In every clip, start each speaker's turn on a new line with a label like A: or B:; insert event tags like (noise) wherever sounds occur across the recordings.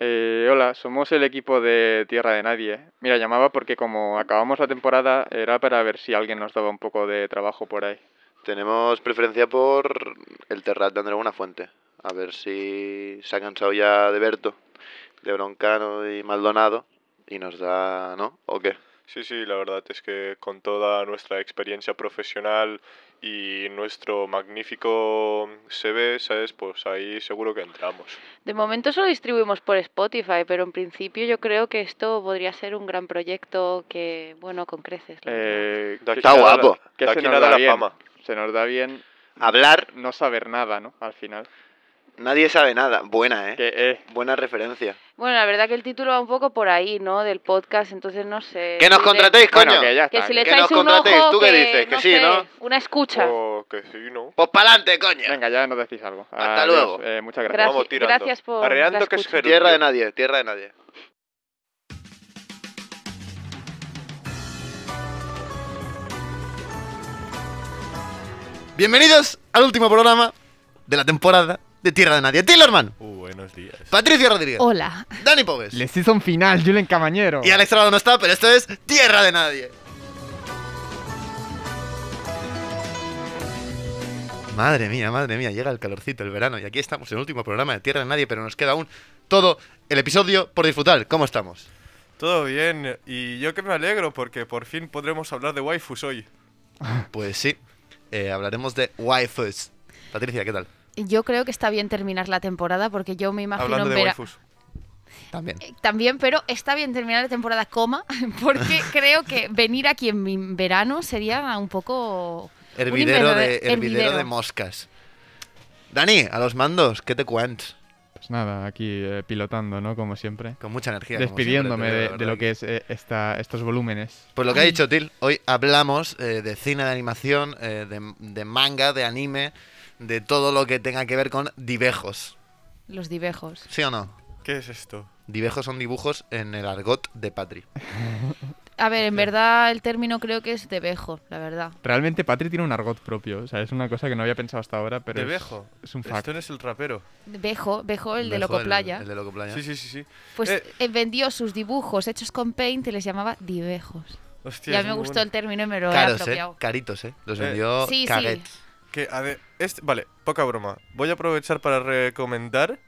A: Eh, hola, somos el equipo de Tierra de Nadie. Mira, llamaba porque como acabamos la temporada era para ver si alguien nos daba un poco de trabajo por ahí.
B: Tenemos preferencia por el Terrat de André Fuente. A ver si se ha cansado ya de Berto, de Broncano y Maldonado y nos da, ¿no? ¿O qué?
C: Sí, sí, la verdad es que con toda nuestra experiencia profesional y nuestro magnífico CV, ¿sabes? Pues ahí seguro que entramos.
D: De momento solo distribuimos por Spotify, pero en principio yo creo que esto podría ser un gran proyecto que, bueno, con creces. la verdad.
A: Eh,
B: Está
A: que- que
B: guapo.
A: que
C: De
A: se
C: aquí
A: nos
C: nada
A: da
C: la
A: bien.
C: fama.
A: Se nos da bien
B: Hablar,
A: no saber nada, ¿no? Al final.
B: nadie sabe nada. Buena, ¿eh?
A: Que, eh,
B: Buena referencia.
D: Bueno, la verdad que el título va un poco por ahí, ¿no? Del podcast, entonces no sé.
B: ¡Que nos
D: Si le-
B: contratéis, coño!
A: bueno, que ya
D: Que
A: está.
D: si le
B: Que
D: echáis
B: nos
D: un
B: contratéis,
D: ojo,
B: ¿tú qué dices? Que sí,
D: sé,
B: ¿no?
D: Una escucha.
C: O Oh, que sí, ¿no?
B: ¡Pues pa'lante, coño!
A: Venga, ya nos decís algo.
B: Hasta
A: Adiós.
B: luego.
A: Eh, muchas
D: Gracias,
A: gracias.
C: Vamos tirando.
D: gracias por
C: Arreando
D: la
C: que es
D: escucha.
C: Perú.
B: Tierra de nadie, tierra de nadie.
E: Bienvenidos al último programa de la temporada de Tierra de Nadie. Tillerman,
C: Uh, buenos días.
E: Patricio Rodríguez,
F: Hola.
E: Dani Poves
G: Le season final, Julen Camañero.
E: y Alex Salado no está, pero esto es Tierra de Nadie. Madre mía, madre mía, llega el calorcito, el verano y aquí estamos en el último programa de Tierra de Nadie, pero nos queda aún todo el episodio por disfrutar. ¿Cómo estamos?
C: Todo bien, y yo que me alegro porque por fin podremos hablar de waifus hoy.
E: Pues sí, eh, hablaremos de waifus. Patricia, ¿qué tal?
F: Yo creo que está bien terminar la temporada porque yo me imagino
C: Hablando
F: en
C: de
F: vera-
C: waifus.
E: También.
F: Eh, También, pero está bien terminar la temporada coma (laughs) porque creo que venir aquí en mi- verano sería un poco... un eh,
E: Hervidero de,
F: invernadero-
E: hervidero de moscas. Dani, a los mandos, ¿qué te cuentas?
G: Pues nada, aquí eh, pilotando, ¿no? Como siempre.
E: Con mucha energía. como
G: Despidiéndome
E: siempre, te
G: de,
E: veo,
G: de
E: la
G: lo
E: verdad
G: que es eh, esta, estos volúmenes.
E: Pues lo que ha dicho Til, hoy hablamos eh, de cine de animación, eh, de, de manga, de anime, de todo lo que tenga que ver con dibejos.
F: Los divejos.
E: ¿Sí o no?
C: ¿Qué es esto?
E: Dibejos son dibujos en el argot de Patri.
F: A ver, en verdad el término creo que es debejo, la verdad.
G: Realmente Patri tiene un argot propio. O sea, es una cosa que no había pensado hasta ahora, pero.
C: de
G: es-
C: Bejo.
G: Es un fact.
C: Esto no es el rapero.
F: Bejo, Bejo, el de
E: Dejo
F: Locoplaya.
E: El, de Locoplaya.
C: Sí, sí, sí, sí.
F: Pues
C: Eh.
F: eh, vendió sus dibujos hechos con paint y les llamaba divejos.
C: Hostia,
F: Ya
C: es
F: me
C: muy
F: gustó
C: bueno.
F: el término y me lo he
E: Caros, eh.
F: apropiado.
E: Caritos, eh. Los
C: Eh,
E: vendió
F: Sí, sí.
E: Caguet.
C: Que, a ver, este- vale, poca broma. Voy a aprovechar para recomendar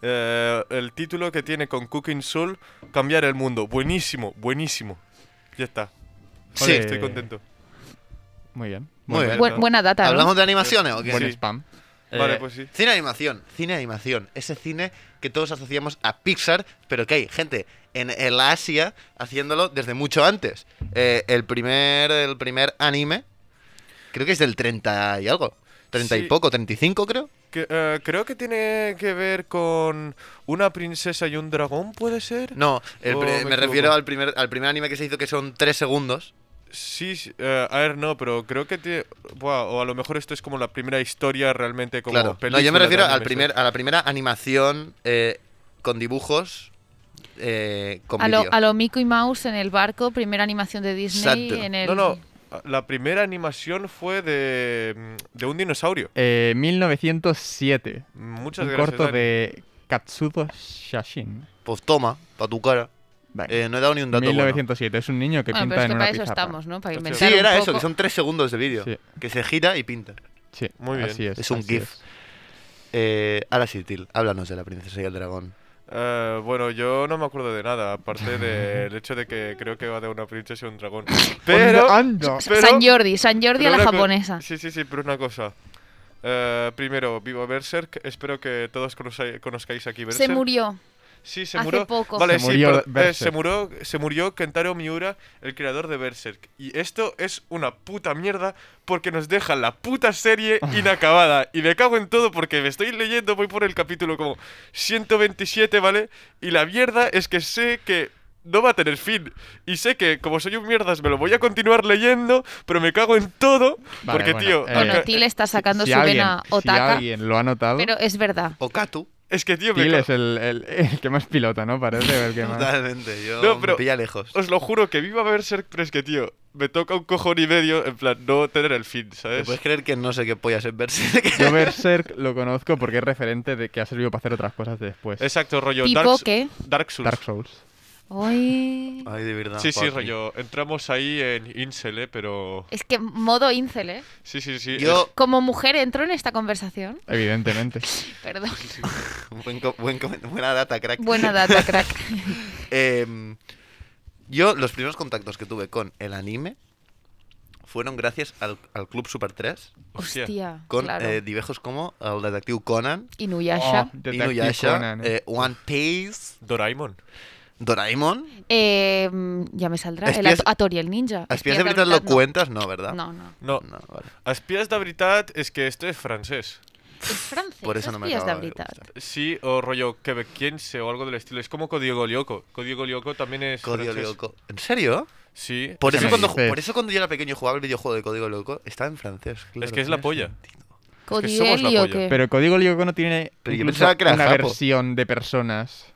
C: eh, el título que tiene con Cooking Soul, Cambiar el Mundo. Buenísimo, buenísimo. Ya está,
E: Sí.
G: Joder.
C: estoy contento.
G: Muy bien.
E: Muy bien.
F: Buen- buena data, ¿no?
E: ¿Hablamos de animaciones o qué?
G: Buen
C: Sí.
G: spam.
C: Vale,
E: Eh,
C: pues sí.
E: Cine animación, cine animación. Ese cine que todos asociamos a Pixar, pero que hay gente en el Asia haciéndolo desde mucho antes. Eh, el, primer, el primer anime, creo que es del 30 y algo. 30 y
C: Sí.
E: poco, 35 creo.
C: Que, eh, creo que tiene que ver con una princesa y un dragón, ¿puede ser?
E: No, el
C: Oh,
E: pri-
C: me
E: me,
C: equivoco.
E: refiero al primer, al primer anime que se hizo que son 3 segundos.
C: Sí, sí, eh, a ver, no, pero creo que tiene... Buah, o a lo mejor esto es como la primera historia realmente como
E: claro. No,
C: película
E: yo me
C: de
E: refiero
C: anime,
E: al primer, a la primera animación eh, con dibujos. eh, con
F: A lo,
E: vídeo.
F: a lo Mickey Mouse en el barco, primera animación de Disney
E: Exacto.
F: en
C: ¿sabes?
F: el...
C: No, no, la primera animación fue de, de un dinosaurio.
G: Eh, 1907.
C: Muchas
G: un
C: gracias.
G: corto
C: Dani.
G: de Katsudo Shashin.
E: Pues toma, para tu cara.
G: Venga.
E: Eh, no he dado ni un dato. bueno.
G: 1907. Es un niño que
F: Bueno,
G: pinta
F: pero es
G: en
F: que
G: una
F: para eso
G: pizarra.
F: estamos, ¿no? Para
C: Sí,
E: Sí,
F: inventar un
E: era eso,
F: poco.
E: que son tres segundos de vídeo.
G: Sí.
E: Que se gira y pinta.
G: Sí,
C: Muy bien.
G: así es.
E: Es un
G: así
E: gif. Eh, ahora sí, Til, háblanos de la princesa y el dragón.
C: Eh, bueno, yo no me acuerdo de nada,
G: (laughs)
C: aparte del hecho de que creo que va de una princesa y un dragón.
G: Pues
C: Pero.
G: Anda, anda.
C: pero-
F: San Jordi, San Jordi
C: pero
F: a la
C: una co-
F: japonesa.
C: Sí, sí, sí, pero una cosa. Eh, primero, vivo Berserk. Espero que todos conozca- conozcáis aquí Berserk.
F: Se murió.
C: Sí, se
F: hace
C: murió.
F: poco.
C: Vale,
G: Se
C: sí,
G: murió
C: pero, eh,
G: Berserk.
C: se, murió, se murió Kentaro Miura, el creador de Berserk. Y esto es una puta mierda porque nos deja la
G: (laughs)
C: puta serie inacabada. y me cago en todo porque me estoy leyendo, voy por el capítulo como 127, ¿vale? Y la mierda es que sé que no va a tener fin. Y sé que como soy un mierdas me lo voy a continuar leyendo, pero me cago en todo
G: Vale,
C: porque,
G: bueno,
C: tío...
G: eh,
C: acá-
F: Bueno, Til está sacando
G: Si
F: su
G: alguien-
F: vena
G: si
F: otaka,
G: alguien lo ha notado,
F: pero es verdad.
E: Okatu,
C: Es que, tío, me
G: Phil
C: ca-
G: es el, el- el que más pilota, ¿no? Parece el que
E: Ah.
G: más.
E: Totalmente, yo
C: No,
E: me
C: pero-
E: pilla lejos.
C: Os lo juro que viva Berserk, pero es que, tío, me toca un cojón y medio, en plan, no tener el fin,
E: ¿Te
C: ¿sabes?
E: puedes creer que no sé qué pollas es (laughs) Berserk?
G: Yo Berserk lo conozco porque es referente de que ha servido para hacer otras cosas después.
C: Exacto, rollo Dark,
F: ¿Tipo
C: Sou-
F: qué?
C: Dark Souls.
G: Dark ah, Souls.
F: Uy.
E: Ay, de verdad.
C: Sí, sí,
E: papi.
C: rollo. Entramos ahí en Incel, ¿eh? Pero.
F: Es que modo incel, ¿eh?
C: Sí, sí, sí.
E: Yo,
F: Como mujer entro en esta conversación. (laughs)
G: Evidentemente.
F: Perdón.
E: (laughs) buen co- buen comen- buena data, crack.
F: Buena data, crack.
E: (laughs) Em, yo, los primeros contactos que tuve con el anime fueron gracias al, al Club Super 3,
C: Hostia.
F: Hostia.
E: con
F: claro.
E: eh, dibujos como el detective Conan,
F: Inuyasha.
G: Oh, Detective
E: Inuyasha,
G: Conan, eh.
E: eh, One Piece,
C: Doraemon.
E: Doraemon.
F: Eh, mm, ya me saldrá. El
E: Espías-
F: Ato- Atori, el ninja.
E: ¿A Espías de Britas lo
F: no.
E: cuentas? No, ¿verdad?
F: No, no.
C: No,
E: No, vale.
C: Aspías de veritat es que esto es francés.
F: Es francés.
E: Por eso no me
F: Espías de
E: acaba de
F: Britat.
E: gustar.
C: Sí, o rollo quebequiense o algo del estilo. Es como Código Lyoko. Código Lyoko también es
E: Código
C: francés.
E: Lyoko. ¿En serio?
C: Sí.
E: Por
G: Sí,
E: eso,
G: me
E: cuando,
G: dices.
E: por eso cuando yo era pequeño y jugaba el videojuego de Código Loco, estaba en francés. claro,
C: es que es la
E: tiene
C: polla.
E: sentido.
C: que somos la
F: Codielio,
C: polla.
F: que.
G: Pero Código Lyoko no tiene
E: Pero yo
G: incluso
E: pensaba que era
G: una
E: japo.
G: versión de personas.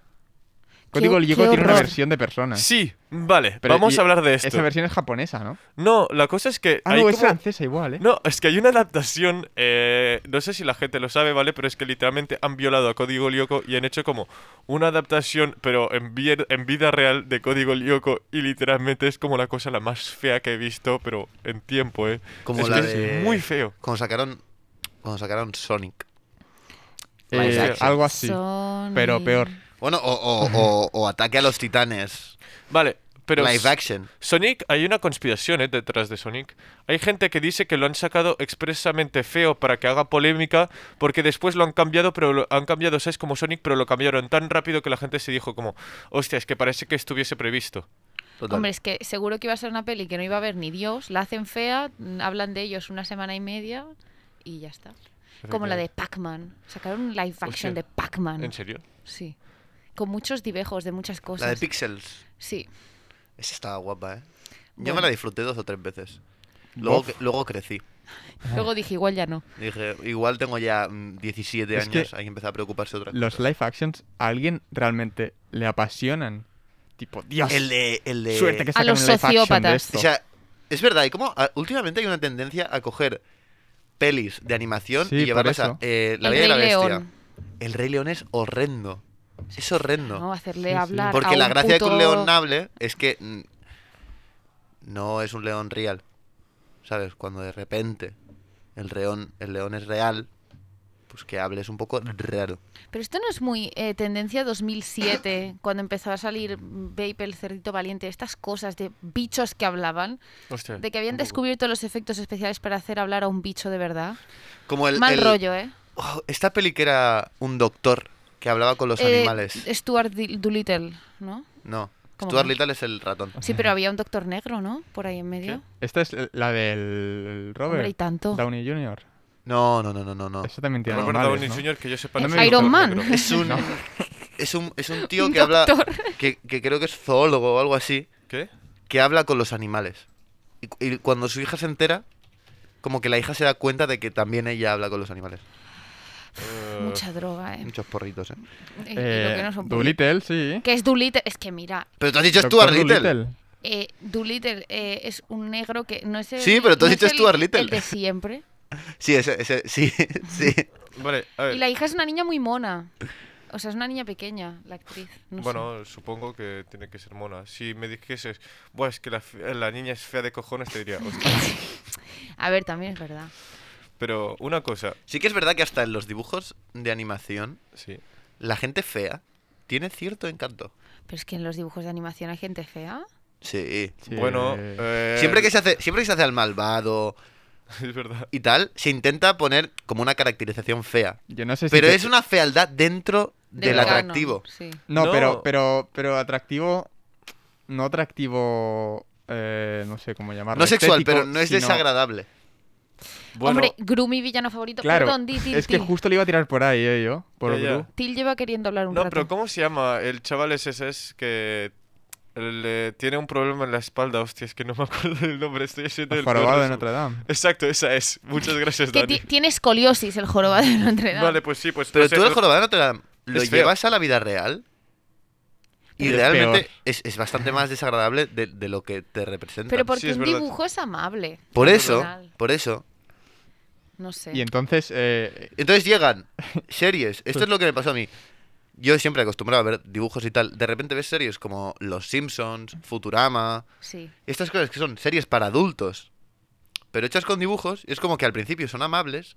F: Qué-
G: Código
F: qué
G: Lyoko tiene una
F: horror.
G: versión de personas.
C: Sí, vale.
G: Pero
C: vamos
G: y-
C: a hablar de esto.
G: Esa versión es japonesa, ¿no?
C: No, la cosa es que.
G: Ah,
C: hay
G: no, es
C: como-
G: francesa igual, ¿eh?
C: No, es que hay una adaptación, eh, no sé si la gente lo sabe, ¿vale? Pero es que literalmente han violado a Código Lyoko y han hecho como una adaptación, pero en, vie- en vida real de Código Lyoko y literalmente es como la cosa la más fea que he visto, pero en tiempo, ¿eh?
E: Como
C: es
E: la
C: que
E: de-
C: es muy feo.
E: Cuando sacaron, cuando sacaron Sonic.
G: Eh,
C: Vaya.
G: algo así.
F: Sony.
G: Pero peor.
E: Bueno, o, o- o- o Ataque a los Titanes.
C: Vale, pero...
E: live action.
C: Sonic, hay una conspiración ¿eh? detrás de Sonic. Hay gente que dice que lo han sacado expresamente feo para que haga polémica, porque después lo han cambiado, pero lo han cambiado, ¿sabes? Como Sonic, pero lo cambiaron tan rápido que la gente se dijo como, hostia, es que parece que estuviese previsto.
E: Total.
F: Hombre, es que seguro que iba a ser una peli que no iba a ver ni Dios, la hacen fea, mm, hablan de ellos una semana y media y ya está. Como la de Pac-Man. Sacaron un live
C: Hostia.
F: action de Pac-Man.
C: ¿En serio?
F: Sí. Con muchos dibejos de muchas
E: la
F: cosas.
E: de Pixels.
F: Sí.
E: Esa estaba guapa, ¿eh? Yo
F: Bueno.
E: me la disfruté dos o tres veces. Luego, que- luego crecí.
F: Luego dije, igual ya no.
E: Dije, igual tengo ya mm, 17
G: Es que
E: años, hay que empezar a preocuparse otra
G: Los
E: cosa.
G: live actions a alguien realmente le apasionan. Tipo, Dios.
E: El de... El de...
G: Suerte que
F: A
G: sacan
F: los
G: un live action
F: sociópatas.
G: de esto.
E: O sea, es verdad, y como a- últimamente hay una tendencia a coger pelis de animación
G: Sí,
E: y
G: por
E: llevarlas a
G: eso.
E: eh, La
F: El
E: Bella y la
F: Rey
E: Bestia.
F: León.
E: El Rey León es horrendo. Es
F: No,
E: horrendo.
F: hacerle
G: Sí, sí.
F: hablar. a
E: Porque la
F: un
E: gracia de que
F: puto-
E: un león hable es que mm, no es un león real. ¿Sabes? Cuando de repente el león, el león es real, pues que hable es un poco raro.
F: Pero esto no es muy eh, tendencia 2007, (laughs) cuando empezó a salir Babe, el cerdito valiente, estas cosas de bichos que hablaban,
C: Hostia,
F: de que habían
C: un poco.
F: descubierto los efectos especiales para hacer hablar a un bicho de verdad.
E: Como el.
F: Mal
E: el-
F: rollo, ¿eh?
E: Oh, esta peli que era un doctor que hablaba con los
F: Eh,
E: animales.
F: Stuart Dil- Doolittle, ¿no?
E: No.
F: ¿Cómo
E: Stuart
F: no?
E: Little es el ratón.
F: Sí, pero había un doctor negro, ¿no? Por ahí en medio.
G: Esta es la del Robert
F: Hombre, y tanto.
G: Downey Jr.
E: No, no, no, no, no, no.
G: Eso también tiene
C: Robert
G: animales,
C: Downey
G: ¿no?
C: Jr., que yo sepa,
F: Eh,
C: es un
F: Iron
C: actor
F: Man.
C: negro.
E: Es un,
G: No.
E: es un es un tío
F: Un
E: que habla
F: doctor.
E: que, que creo que es zoólogo o algo así,
F: (laughs)
C: ¿Qué?
E: que habla con los animales. Y, cu- y cuando su hija se entera, como que la hija se da cuenta de que también ella habla con los animales.
C: Eh,
F: Mucha droga, ¿eh?
E: Muchos porritos, ¿eh?
F: Y- y lo
G: Eh,
F: que no son
G: Doolittle, sí.
F: Que es Doolittle, es que mira,
E: Pero tú has dicho
G: Doctor
E: Stuart Little.
G: Doolittle.
F: eh, Doolittle eh, es un negro que no es el,
E: Sí, pero tú has
F: no es
E: dicho
F: el-
E: Stuart Little.
F: El de siempre.
E: Sí, ese, ese- sí, (laughs) sí.
C: Vale, a ver.
F: Y la hija es una niña muy mona. O sea, es una niña pequeña, la actriz. no sé.
C: Bueno, supongo que tiene que ser mona. Si me dijeses, Buah, es que la, fe- la niña es fea de cojones, te diría, hostia.
F: (laughs) A ver, también es verdad.
C: Pero una cosa,
E: Sí que es verdad que hasta en los dibujos de animación,
C: sí.
E: la gente fea tiene cierto encanto.
F: Pero es que en los dibujos de animación hay gente fea.
E: Sí.
G: Sí,
C: Bueno,
G: eh,
C: eh,
E: Siempre que se hace, siempre que se hace al malvado
C: (laughs) es verdad.
E: y tal, se intenta poner como una caracterización fea.
G: yo no sé si
E: Pero
G: te-
E: es una fealdad dentro
F: de
E: del
F: verano,
E: atractivo.
F: Sí.
G: No,
C: No.
G: Pero, pero, pero atractivo. No atractivo. eh, no sé cómo llamarlo.
E: No sexual,
G: estético,
E: pero no es
G: sino-
E: desagradable.
C: Bueno,
F: Hombre, Gru, mi villano favorito.
G: Claro,
F: Perdón, di, di,
G: es que
F: di.
G: justo le iba a tirar por ahí, eh, yo. Por
C: Ya, ya.
G: Gru.
F: Till lleva queriendo hablar un
C: no,
F: rato.
C: pero ¿cómo se llama? El chaval ese es que le tiene un problema en la espalda. Hostia, es que no me acuerdo del nombre. Estoy haciendo el peor
G: Jorobado de
C: resumen.
G: Notre Dame.
C: Exacto, esa es. Muchas gracias,
F: que
C: Dani.
F: ti- tiene escoliosis el jorobado de Notre Dame.
C: Vale, pues sí, pues.
E: Pero
C: no sé,
E: tú el
C: no-
E: jorobado no te la- lo
C: Es feo.
E: llevas a la vida real y
G: Pero es
E: realmente
G: peor.
E: es, es bastante más desagradable de, de lo que te representa.
F: Pero
C: por-
F: porque
C: Sí, es
F: un
C: verdad.
F: dibujo es amable.
E: por
F: al
E: eso,
F: final.
E: por eso.
F: No sé.
G: Y entonces, eh,
E: Entonces llegan series. Esto es lo que me pasó a mí. Yo siempre acostumbrado a ver dibujos y tal. De repente ves series como Los Simpsons, Futurama,
F: Sí.
E: estas cosas que son series para adultos, pero hechas con dibujos, y es como que al principio son amables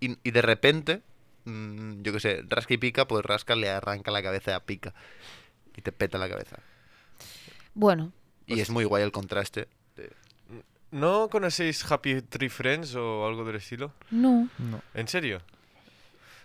E: y, y de repente, mm, yo qué sé, rasca y pica, pues rasca, le arranca la cabeza a pica y te peta la cabeza.
F: Bueno,
E: Y es muy guay el contraste.
C: ¿No conocéis Happy Tree Friends o algo del estilo?
F: no.
G: no,
C: ¿En serio?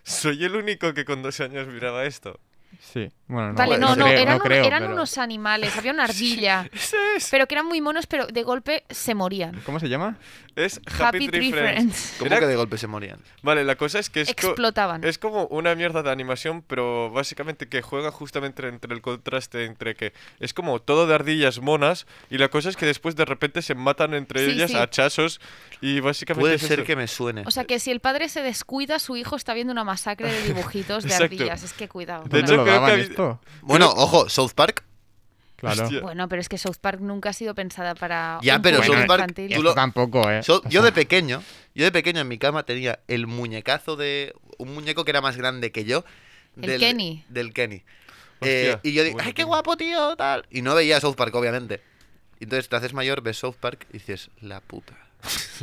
C: Soy el único que con 12 años miraba esto.
G: sí. Bueno, no,
F: vale,
E: bueno,
F: no, no,
G: creo,
F: eran,
G: no
F: un-
G: creo,
F: eran
G: pero-
F: unos animales, había
G: (laughs)
F: una ardilla,
C: Ese es.
F: pero que eran muy monos, pero de golpe se morían.
G: ¿Cómo se llama?
C: Es Happy,
F: Happy
C: Tree,
F: Tree
C: Friends.
F: Friends.
E: ¿Cómo
C: Era-
E: que de golpe se morían?
C: Vale, la cosa es que es, co-
F: Explotaban.
C: es como una mierda de animación, pero básicamente que juega justamente entre el contraste entre que es como todo de ardillas monas y la cosa es que después de repente se matan entre
F: Sí,
C: ellas
F: sí.
C: a hachazos y básicamente
E: Puede
C: es
E: ser
C: eso.
E: que me suene.
F: O sea que si el padre se descuida, su hijo está viendo una masacre de dibujitos de
C: Exacto.
F: ardillas. Es que cuidado.
C: De
G: ¿Dónde
C: hecho,
G: lo
C: creo que
G: daban
C: había-
G: esto?
E: Bueno, ojo, South Park.
G: Claro.
C: Hostia.
F: Bueno, pero es que South Park nunca ha sido pensada para
E: Ya,
F: un
E: pero
F: público
G: South
E: Park,
F: infantil.
E: tú lo-
G: Esto tampoco, ¿eh?
E: So-
G: O sea,
E: yo de pequeño, yo de pequeño en mi cama tenía el muñecazo de un muñeco que era más grande que yo.
F: El Kenny.
E: Del Kenny.
C: Hostia,
E: Eh, y yo digo,
C: bueno,
E: ¡ay, qué
C: Kenny".
E: guapo, tío! Tal. Y no veía South Park, obviamente. Y entonces te haces mayor, ves South Park y dices, la puta.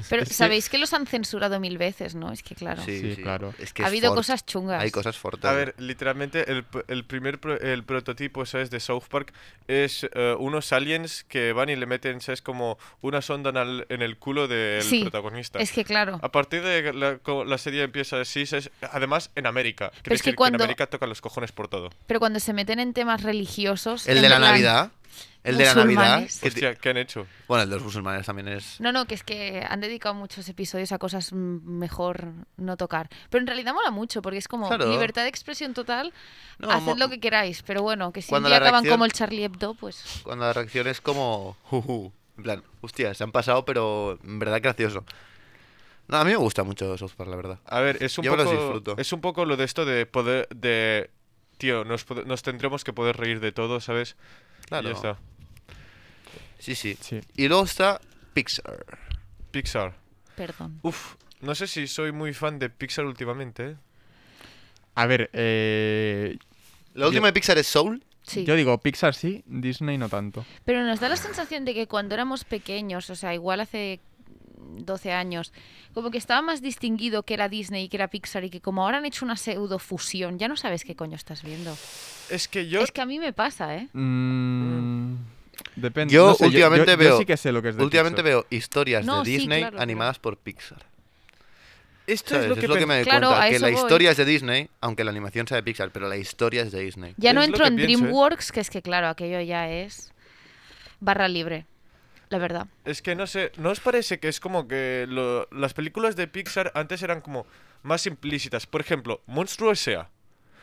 F: Pero
G: Es que-
F: sabéis que los han censurado mil veces, ¿no? Es que claro.
G: Sí, claro.
E: Es que
F: ha
E: es
F: habido
E: fort.
F: cosas chungas.
E: Hay cosas fortes.
C: A ver, literalmente el, p- el primer pro- el prototipo, ¿sabes? De South Park es eh, unos aliens que van y le meten, ¿sabes? Como una sonda en el, en el culo del
F: Sí,
C: protagonista.
F: Es que claro.
C: A partir de que la, co- la serie empieza así, ¿sabes? además en América. Quiere
F: Pero es que
C: decir
F: cuando-
C: en América tocan los cojones por todo.
F: Pero cuando se meten en temas religiosos.
E: El
F: en
E: de la
F: plan-
E: Navidad. El de la Navidad.
F: musulmanes.
E: que ti-
C: Hostia, ¿qué han hecho?
E: Bueno, el de los musulmanes también es.
F: No, no, que es que han dedicado muchos episodios a cosas mm, mejor no tocar. Pero en realidad mola mucho, porque es como
E: Claro.
F: libertad de expresión total,
E: No,
F: haced
E: mo-
F: lo que queráis. Pero bueno, que si un
E: Cuando
F: día
E: la
F: acaban
E: reacción-
F: como el Charlie Hebdo, pues
E: Cuando la reacción es como. "Juju". En plan, hostia, se han pasado, pero en verdad gracioso. No, a mí me gusta mucho South Park, la verdad.
C: A ver, es un
E: Yo me los disfruto.
C: poco. Es un poco lo de esto de poder. de. Tío, nos, pod- nos tendremos que poder reír de todo, ¿sabes?
E: Claro.
C: Y ya está.
E: Sí, sí.
G: Sí.
E: Y luego está Pixar.
C: Pixar.
F: perdón.
C: Uf, no sé si soy muy fan de Pixar últimamente, ¿eh?
G: A ver, eh,
E: La última de Pixar es Soul.
F: Sí.
G: yo digo Pixar sí, Disney no tanto.
F: Pero nos da la sensación de que cuando éramos pequeños, o sea, igual hace 12 años, como que estaba más distinguido que era Disney y que era Pixar y que como ahora han hecho una pseudo fusión, ya no sabes qué coño estás viendo.
C: Es que yo.
F: Es que a mí me pasa, ¿eh?
G: Mm, depende.
E: Yo
G: no sé,
E: últimamente
G: yo- yo
E: veo.
G: sí que sé lo que es de
E: últimamente
G: Pixar.
E: veo historias
F: No,
E: de
F: sí,
E: Disney
F: claro,
E: animadas por Pixar.
C: Esto
E: ¿Sabes?
C: es lo que, pen-
E: me doy
F: Claro,
E: cuenta.
F: a
E: Que
F: eso
E: la
F: voy.
E: historia es de Disney, aunque la animación sea de Pixar, pero la historia es de Disney.
F: Ya no
C: Es lo
F: entro
C: que
F: en
C: pienso, ¿eh?
F: DreamWorks, que es que claro, aquello ya es barra libre, la verdad.
C: Es que no sé, ¿no os parece que es como que lo- las películas de Pixar antes eran como más implícitas? Por ejemplo, Monstruo S.A.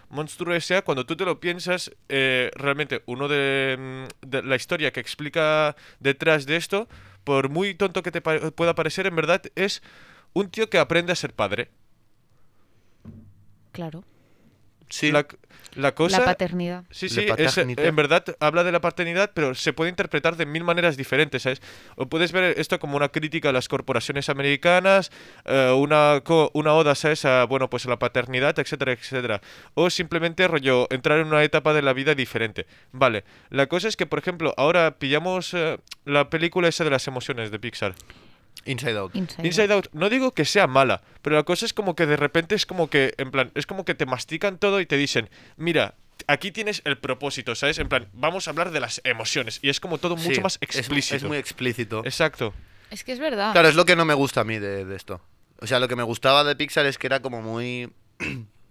C: Monstruo S.A., cuando tú te lo piensas, eh, realmente uno de, mm, de la historia que explica detrás de esto, por muy tonto que te pa- pueda parecer, en verdad es un tío que aprende a ser padre.
F: Claro,
E: Sí.
C: La, la cosa...
F: la paternidad.
C: Sí,
E: La
C: sí, es- eh,
E: paternidad.
C: en verdad habla de la paternidad, pero se puede interpretar de mil maneras diferentes, ¿sabes? O puedes ver esto como una crítica a las corporaciones americanas, eh, una, co- una oda, ¿sabes? A, bueno, pues a la paternidad, etcétera, etcétera. O simplemente, rollo, entrar en una etapa de la vida diferente. Vale, la cosa es que, por ejemplo, ahora pillamos eh, la película esa de las emociones de Pixar.
E: Inside Out.
F: Inside Out.
C: Inside Out, no digo que sea mala, pero la cosa es como que de repente es como que, en plan, es como que te mastican todo y te dicen, mira, aquí tienes el propósito, ¿sabes? En plan, vamos a hablar de las emociones y es como todo mucho
E: Sí,
C: más
E: es-
C: explícito.
E: Es, muy explícito.
C: Exacto.
F: Es que es
C: Ah.
F: verdad.
E: Claro, es lo que no me gusta a mí de, de esto. O sea, lo que me gustaba de Pixar es que era como muy.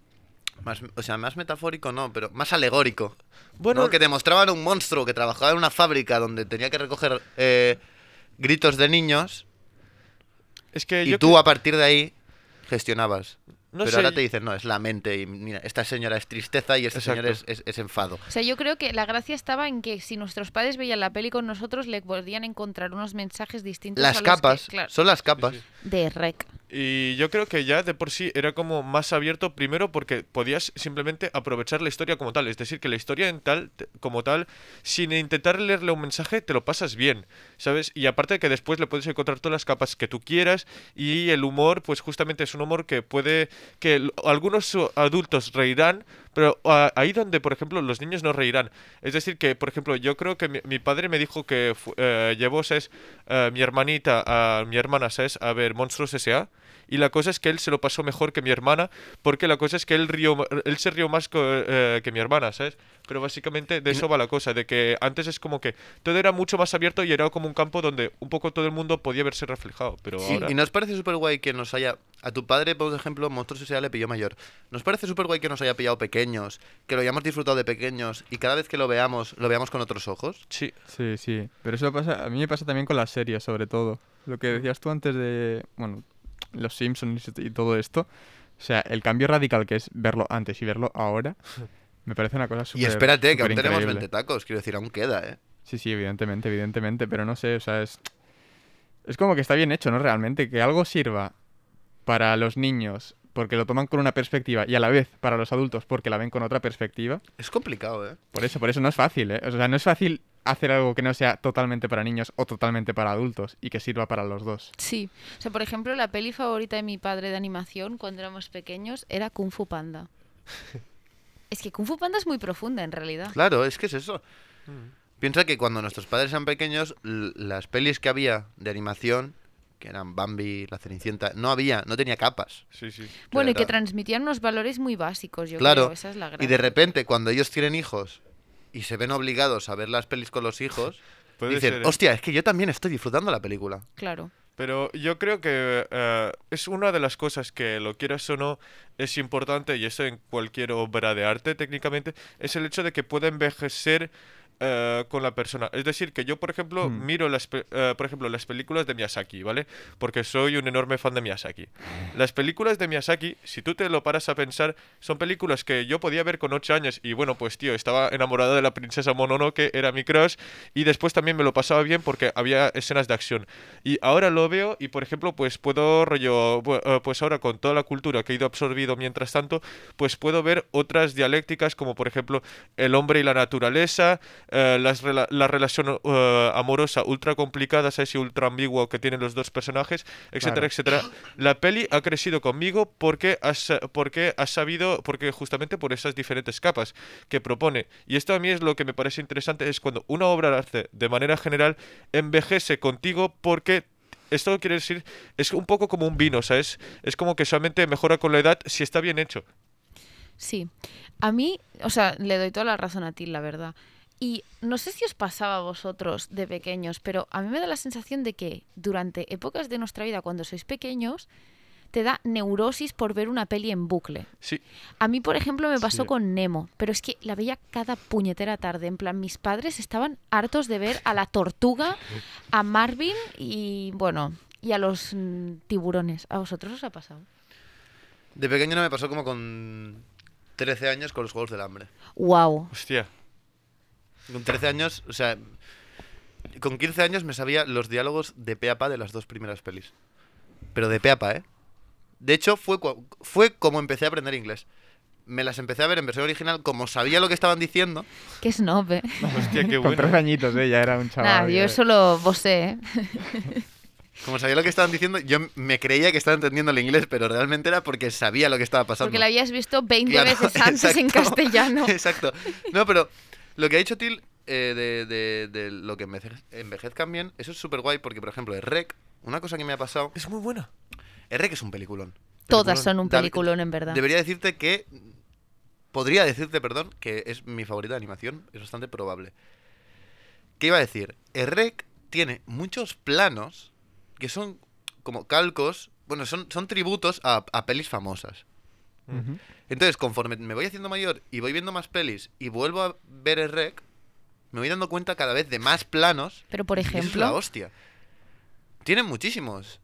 E: (clears throat) más, o sea, más metafórico no, pero más alegórico.
C: Bueno,
E: ¿no? Que te mostraban un monstruo que trabajaba en una fábrica donde tenía que recoger eh, gritos de niños
C: es que
E: y
C: Eh, yo
E: tú
C: cre-
E: a partir de ahí gestionabas.
C: No
E: pero
C: sé,
E: ahora
C: yo-
E: te dicen, no, es la mente y mira, esta señora es tristeza y este señor es,
C: Exacto.
E: es- es enfado.
F: O sea, yo creo que la gracia estaba en que si nuestros padres veían la peli con nosotros, le podían encontrar unos mensajes distintos. a
E: Las
F: los que-
E: capas,
F: claro,
E: son las capas.
C: sí.
F: de rec.
C: Y yo creo que ya de por sí era como más abierto, primero porque podías simplemente aprovechar la historia como tal. Es decir, que la historia en tal, te- como tal, sin intentar leerle un mensaje, te lo pasas bien, ¿sabes? Y aparte que después le puedes encontrar todas las capas que tú quieras y el humor, pues justamente es un humor que puede, que l- algunos uh, adultos reirán, pero ah, ahí donde, por ejemplo, los niños no reirán. Es decir, que, por ejemplo, yo creo que mi, mi padre me dijo que fu- eh, llevó ¿sabes? a mi hermanita, a mi hermana, ¿sabes? A ver, Monstruos S.A. Y la cosa es que él se lo pasó mejor que mi hermana, porque la cosa es que él, rió, ma- él se rió más co- eh, que mi hermana, ¿sabes? Pero básicamente de eso va la cosa, de que antes es como que todo era mucho más abierto y era como un campo donde un poco todo el mundo podía verse reflejado, pero
E: Sí,
C: ahora...
E: y nos parece súper guay que nos haya. A tu padre, por ejemplo, Monstruos S.A. le pilló mayor. Nos parece súper guay que nos haya pillado pequeños, que lo hayamos disfrutado de pequeños y cada vez que lo veamos, lo veamos con otros ojos.
C: Sí,
G: Sí, sí. Pero eso pasa, a mí me pasa también con las series, sobre todo. Lo que decías tú antes de, bueno, Los Simpsons y todo esto. O sea, el cambio radical que es verlo antes y verlo ahora, me parece una cosa súper
E: y espérate, que aún
G: súper
E: tenemos
G: increíble.
E: 20 tacos, quiero decir, aún queda, ¿eh?
G: Sí, sí, evidentemente, evidentemente, pero no sé, o sea, es... Es como que está bien hecho, ¿no? Realmente, que algo sirva para los niños porque lo toman con una perspectiva y a la vez para los adultos porque la ven con otra perspectiva.
E: Es complicado, ¿eh?
G: Por eso, por eso no es fácil, ¿eh? O sea, no es fácil hacer algo que no sea totalmente para niños o totalmente para adultos y que sirva para los dos.
F: Sí. O sea, por ejemplo, la peli favorita de mi padre de animación cuando éramos pequeños era Kung Fu Panda. (laughs) es que Kung Fu Panda es muy profunda en realidad.
E: Claro, es que es eso.
F: Mm.
E: Piensa que cuando nuestros padres eran pequeños, l- las pelis que había de animación, que eran Bambi, La Cenicienta, no había, no tenía capas.
C: sí, sí.
F: Bueno, y que
E: Era-
F: transmitían unos valores muy básicos, yo
E: Claro.
F: creo. Esa es la
E: Y
F: gracia.
E: de repente, cuando ellos tienen hijos y se ven obligados a ver las pelis con los hijos,
C: Puede
E: dicen,
C: ser, ¿eh?
E: hostia, es que yo también estoy disfrutando la película.
F: Claro.
C: Pero yo creo que eh, es una de las cosas que, lo quieras o no, es importante, y eso en cualquier obra de arte técnicamente, es el hecho de que pueda envejecer eh, con la persona. Es decir, que yo, por ejemplo,
G: Hmm.
C: miro las, pe- eh, por ejemplo, las películas de Miyazaki, ¿vale? Porque soy un enorme fan de Miyazaki. Las películas de Miyazaki, si tú te lo paras a pensar, son películas que yo podía ver con 8 años y bueno, pues tío, estaba enamorado de la princesa Mononoke, era mi crush, y después también me lo pasaba bien porque había escenas de acción. Y ahora lo veo y por ejemplo, pues puedo rollo, bu- eh, pues ahora con toda la cultura que he ido absorbido mientras tanto, pues puedo ver otras dialécticas como por ejemplo el hombre y la naturaleza, eh, las rela- la relación eh, amorosa ultra complicada, ¿sabes? Y ultra ambigua que tienen los dos personajes, etcétera,
G: Claro.
C: etcétera. La peli ha crecido conmigo porque has, porque has sabido, porque justamente por esas diferentes capas que propone. Y esto a mí es lo que me parece interesante, es cuando una obra de arte, de manera general, envejece contigo porque... Esto quiere decir, es un poco como un vino, ¿sabes? Es como que solamente mejora con la edad si está bien hecho.
F: Sí. A mí, o sea, le doy toda la razón a ti, la verdad. Y no sé si os pasaba a vosotros de pequeños, pero a mí me da la sensación de que durante épocas de nuestra vida, cuando sois pequeños, te da neurosis por ver una peli en bucle.
C: Sí,
F: A mí, por ejemplo, me pasó
G: Sí.
F: con Nemo, pero es que la veía cada puñetera tarde. En plan, mis padres estaban hartos de ver a la tortuga, a Marvin y, bueno, y a los mm, tiburones. ¿A vosotros os ha pasado?
E: De pequeño no me pasó como con 13 años con los Juegos del Hambre.
F: ¡Wow!
C: hostia.
E: Con 13 años, o sea, con 15 años me sabía los diálogos de Peapa de las dos primeras pelis. Pero de Peapa, ¿eh? De hecho, fue, cua- fue como empecé a aprender inglés. Me las empecé a ver en versión original, como sabía lo que estaban diciendo.
F: ¡Qué snob, eh!
C: Hostia, qué
G: (laughs) Con tres
C: bueno.
G: añitos, ¿eh? Ya era un chaval.
F: Nah,
G: ya-
F: yo solo vosé, ¿eh?
E: Como sabía lo que estaban diciendo, yo me creía que estaba entendiendo el inglés, pero realmente era porque sabía lo que estaba pasando.
F: Porque la habías visto 20
E: Claro, (laughs)
F: veces antes en
E: exacto.
F: castellano.
E: (laughs) Exacto. No, pero lo que ha dicho Til eh, de, de- de lo que enveje- envejezcan bien, eso es súper guay porque, por ejemplo, el rec, una cosa que me ha pasado,
C: Es muy buena.
E: el rec es un peliculón.
F: Todas son un
E: David,
F: peliculón, en verdad.
E: Debería decirte que... Podría decirte, perdón, que es mi favorita de animación, es bastante probable. ¿Qué iba a decir? El rec tiene muchos planos que son como calcos, bueno, son, son tributos a- a pelis famosas.
G: Ujú.
E: Entonces, conforme me voy haciendo mayor y voy viendo más pelis y vuelvo a ver el rec, me voy dando cuenta cada vez de más planos.
F: Pero, por
E: y eso Es la
F: ejemplo,
E: hostia. Tienen muchísimos.